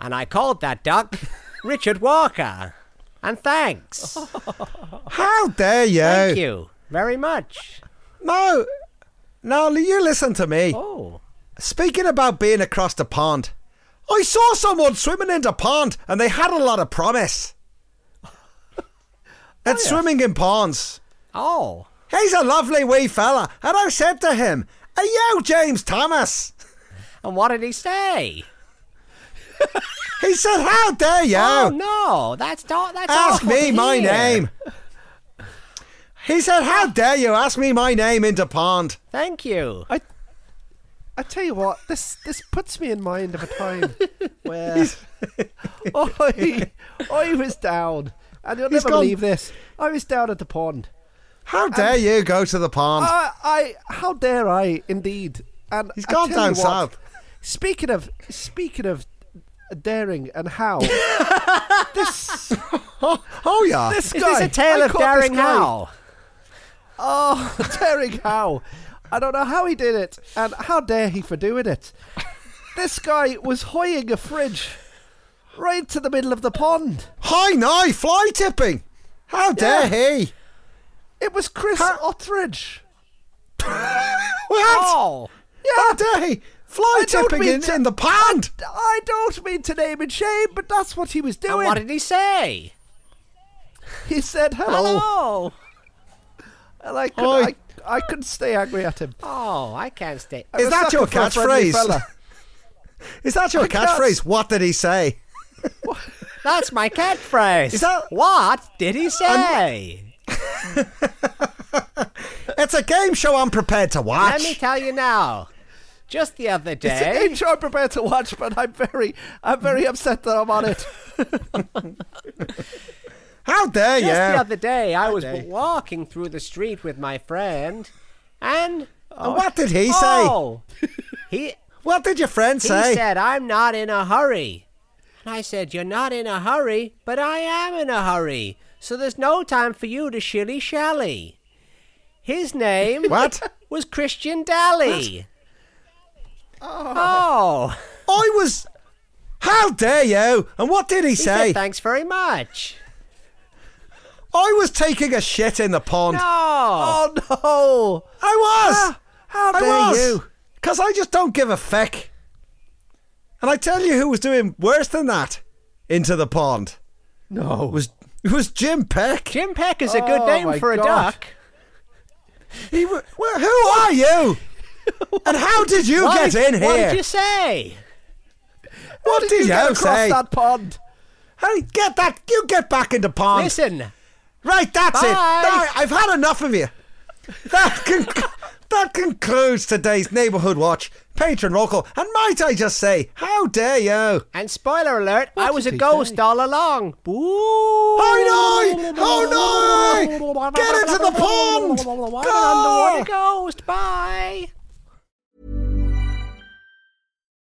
[SPEAKER 8] and I called that duck Richard Walker. And thanks.
[SPEAKER 1] Oh. How dare you?
[SPEAKER 8] Thank you very much.
[SPEAKER 1] No, no, you listen to me.
[SPEAKER 8] Oh,
[SPEAKER 1] Speaking about being across the pond, I saw someone swimming in the pond and they had a lot of promise. It's swimming in ponds.
[SPEAKER 8] oh.
[SPEAKER 1] He's a lovely wee fella, and I said to him, Are you James Thomas?
[SPEAKER 8] And what did he say?
[SPEAKER 1] He said, How dare you?
[SPEAKER 8] Oh, no, that's not. That's
[SPEAKER 1] ask
[SPEAKER 8] awful
[SPEAKER 1] me
[SPEAKER 8] to
[SPEAKER 1] my
[SPEAKER 8] hear.
[SPEAKER 1] name. He said, How dare you ask me my name in the pond?
[SPEAKER 8] Thank you.
[SPEAKER 2] I I tell you what, this this puts me in mind of a time where I I was down, and you'll
[SPEAKER 1] He's
[SPEAKER 2] never
[SPEAKER 1] gone.
[SPEAKER 2] believe this. I was down at the pond.
[SPEAKER 1] How dare you go to the pond?
[SPEAKER 3] Uh,
[SPEAKER 2] I, I how dare I indeed? And
[SPEAKER 1] He's
[SPEAKER 2] I
[SPEAKER 1] gone
[SPEAKER 2] tell
[SPEAKER 1] down
[SPEAKER 2] you what,
[SPEAKER 1] south.
[SPEAKER 2] Speaking of speaking of daring and how this
[SPEAKER 1] oh, yeah.
[SPEAKER 2] this guy
[SPEAKER 8] Is this a tale
[SPEAKER 2] I
[SPEAKER 8] of
[SPEAKER 2] caught this
[SPEAKER 8] daring
[SPEAKER 2] guy.
[SPEAKER 8] how?
[SPEAKER 2] Oh, daring how? I don't know how he did it, and how dare he for doing it? This guy was hoying a fridge right to the middle of the pond.
[SPEAKER 1] Hi, no, fly tipping. How dare he?
[SPEAKER 2] It was Chris Ottridge.
[SPEAKER 1] What?
[SPEAKER 8] Oh,
[SPEAKER 1] Yeah, day. Fly tipping in, in the pond.
[SPEAKER 2] I, I don't mean to name and shame, but that's what he was doing.
[SPEAKER 3] what did he say?
[SPEAKER 2] He said hello.
[SPEAKER 3] Hello.
[SPEAKER 2] And I could,
[SPEAKER 3] Oi.
[SPEAKER 2] I, I could stay angry at him.
[SPEAKER 3] Oh, I can't stay.
[SPEAKER 2] I'm
[SPEAKER 1] Is
[SPEAKER 2] a
[SPEAKER 1] that
[SPEAKER 2] sucker
[SPEAKER 1] your
[SPEAKER 2] for a friendly
[SPEAKER 1] catchphrase?
[SPEAKER 2] fella.
[SPEAKER 1] Is that your
[SPEAKER 2] I can't-
[SPEAKER 1] catchphrase? What did he say?
[SPEAKER 3] That's my catchphrase.
[SPEAKER 1] Is that-
[SPEAKER 3] what did he say?
[SPEAKER 1] It's a game show I'm prepared to
[SPEAKER 3] Let me
[SPEAKER 1] watch.
[SPEAKER 3] tell you now. Just the other
[SPEAKER 2] It's an
[SPEAKER 3] day,
[SPEAKER 2] intro I'm prepared to watch, but I'm very, I'm very upset that I'm on it.
[SPEAKER 1] How dare
[SPEAKER 3] just the
[SPEAKER 1] you?
[SPEAKER 3] other day, I was walking through the street with my friend, and
[SPEAKER 1] And what did he say?
[SPEAKER 3] oh, he
[SPEAKER 1] What did your friend
[SPEAKER 3] he
[SPEAKER 1] say?
[SPEAKER 3] said, "I'm not in a hurry," and I said, "You're not in a hurry, but I am in a hurry, so there's no time for you to shilly shally." His name
[SPEAKER 1] What?
[SPEAKER 3] was Christian Daly. Oh.
[SPEAKER 1] I was. How dare you? And what did he
[SPEAKER 3] He said,
[SPEAKER 1] say?
[SPEAKER 3] thanks very much.
[SPEAKER 1] I was taking a shit in the pond.
[SPEAKER 3] No.
[SPEAKER 2] Oh no!
[SPEAKER 1] I was.
[SPEAKER 2] How
[SPEAKER 1] I
[SPEAKER 2] dare
[SPEAKER 1] was.
[SPEAKER 2] you?
[SPEAKER 1] Because I just don't give a feck. And I tell you who was doing worse than that into the pond.
[SPEAKER 2] No.
[SPEAKER 1] Was it was Jim Peck.
[SPEAKER 3] Jim Peck is a good
[SPEAKER 2] Oh,
[SPEAKER 3] name
[SPEAKER 2] my
[SPEAKER 3] for a
[SPEAKER 2] God.
[SPEAKER 3] duck.
[SPEAKER 1] He wa- well, who are you? And how did you
[SPEAKER 3] Why-
[SPEAKER 1] get in here?
[SPEAKER 3] What did you say?
[SPEAKER 1] What
[SPEAKER 2] Did
[SPEAKER 1] did
[SPEAKER 2] you
[SPEAKER 1] you,
[SPEAKER 2] get across
[SPEAKER 1] say?
[SPEAKER 2] that pond?
[SPEAKER 1] Hey, get that. You get back in the pond.
[SPEAKER 3] Um, Listen,
[SPEAKER 1] Right, that's it.
[SPEAKER 3] Bye.
[SPEAKER 1] That- I've had enough of you. That con- that concludes today's neighbourhood watch. Patron roll call. and might I just say, how dare you?
[SPEAKER 3] and spoiler alert, I
[SPEAKER 2] What
[SPEAKER 3] was a
[SPEAKER 2] did he
[SPEAKER 3] ghost
[SPEAKER 2] say?
[SPEAKER 3] all along. Boo!
[SPEAKER 1] Oh no! Oh no! Get into the pond!
[SPEAKER 3] I'm an
[SPEAKER 1] Go!
[SPEAKER 3] underwater ghost. Bye.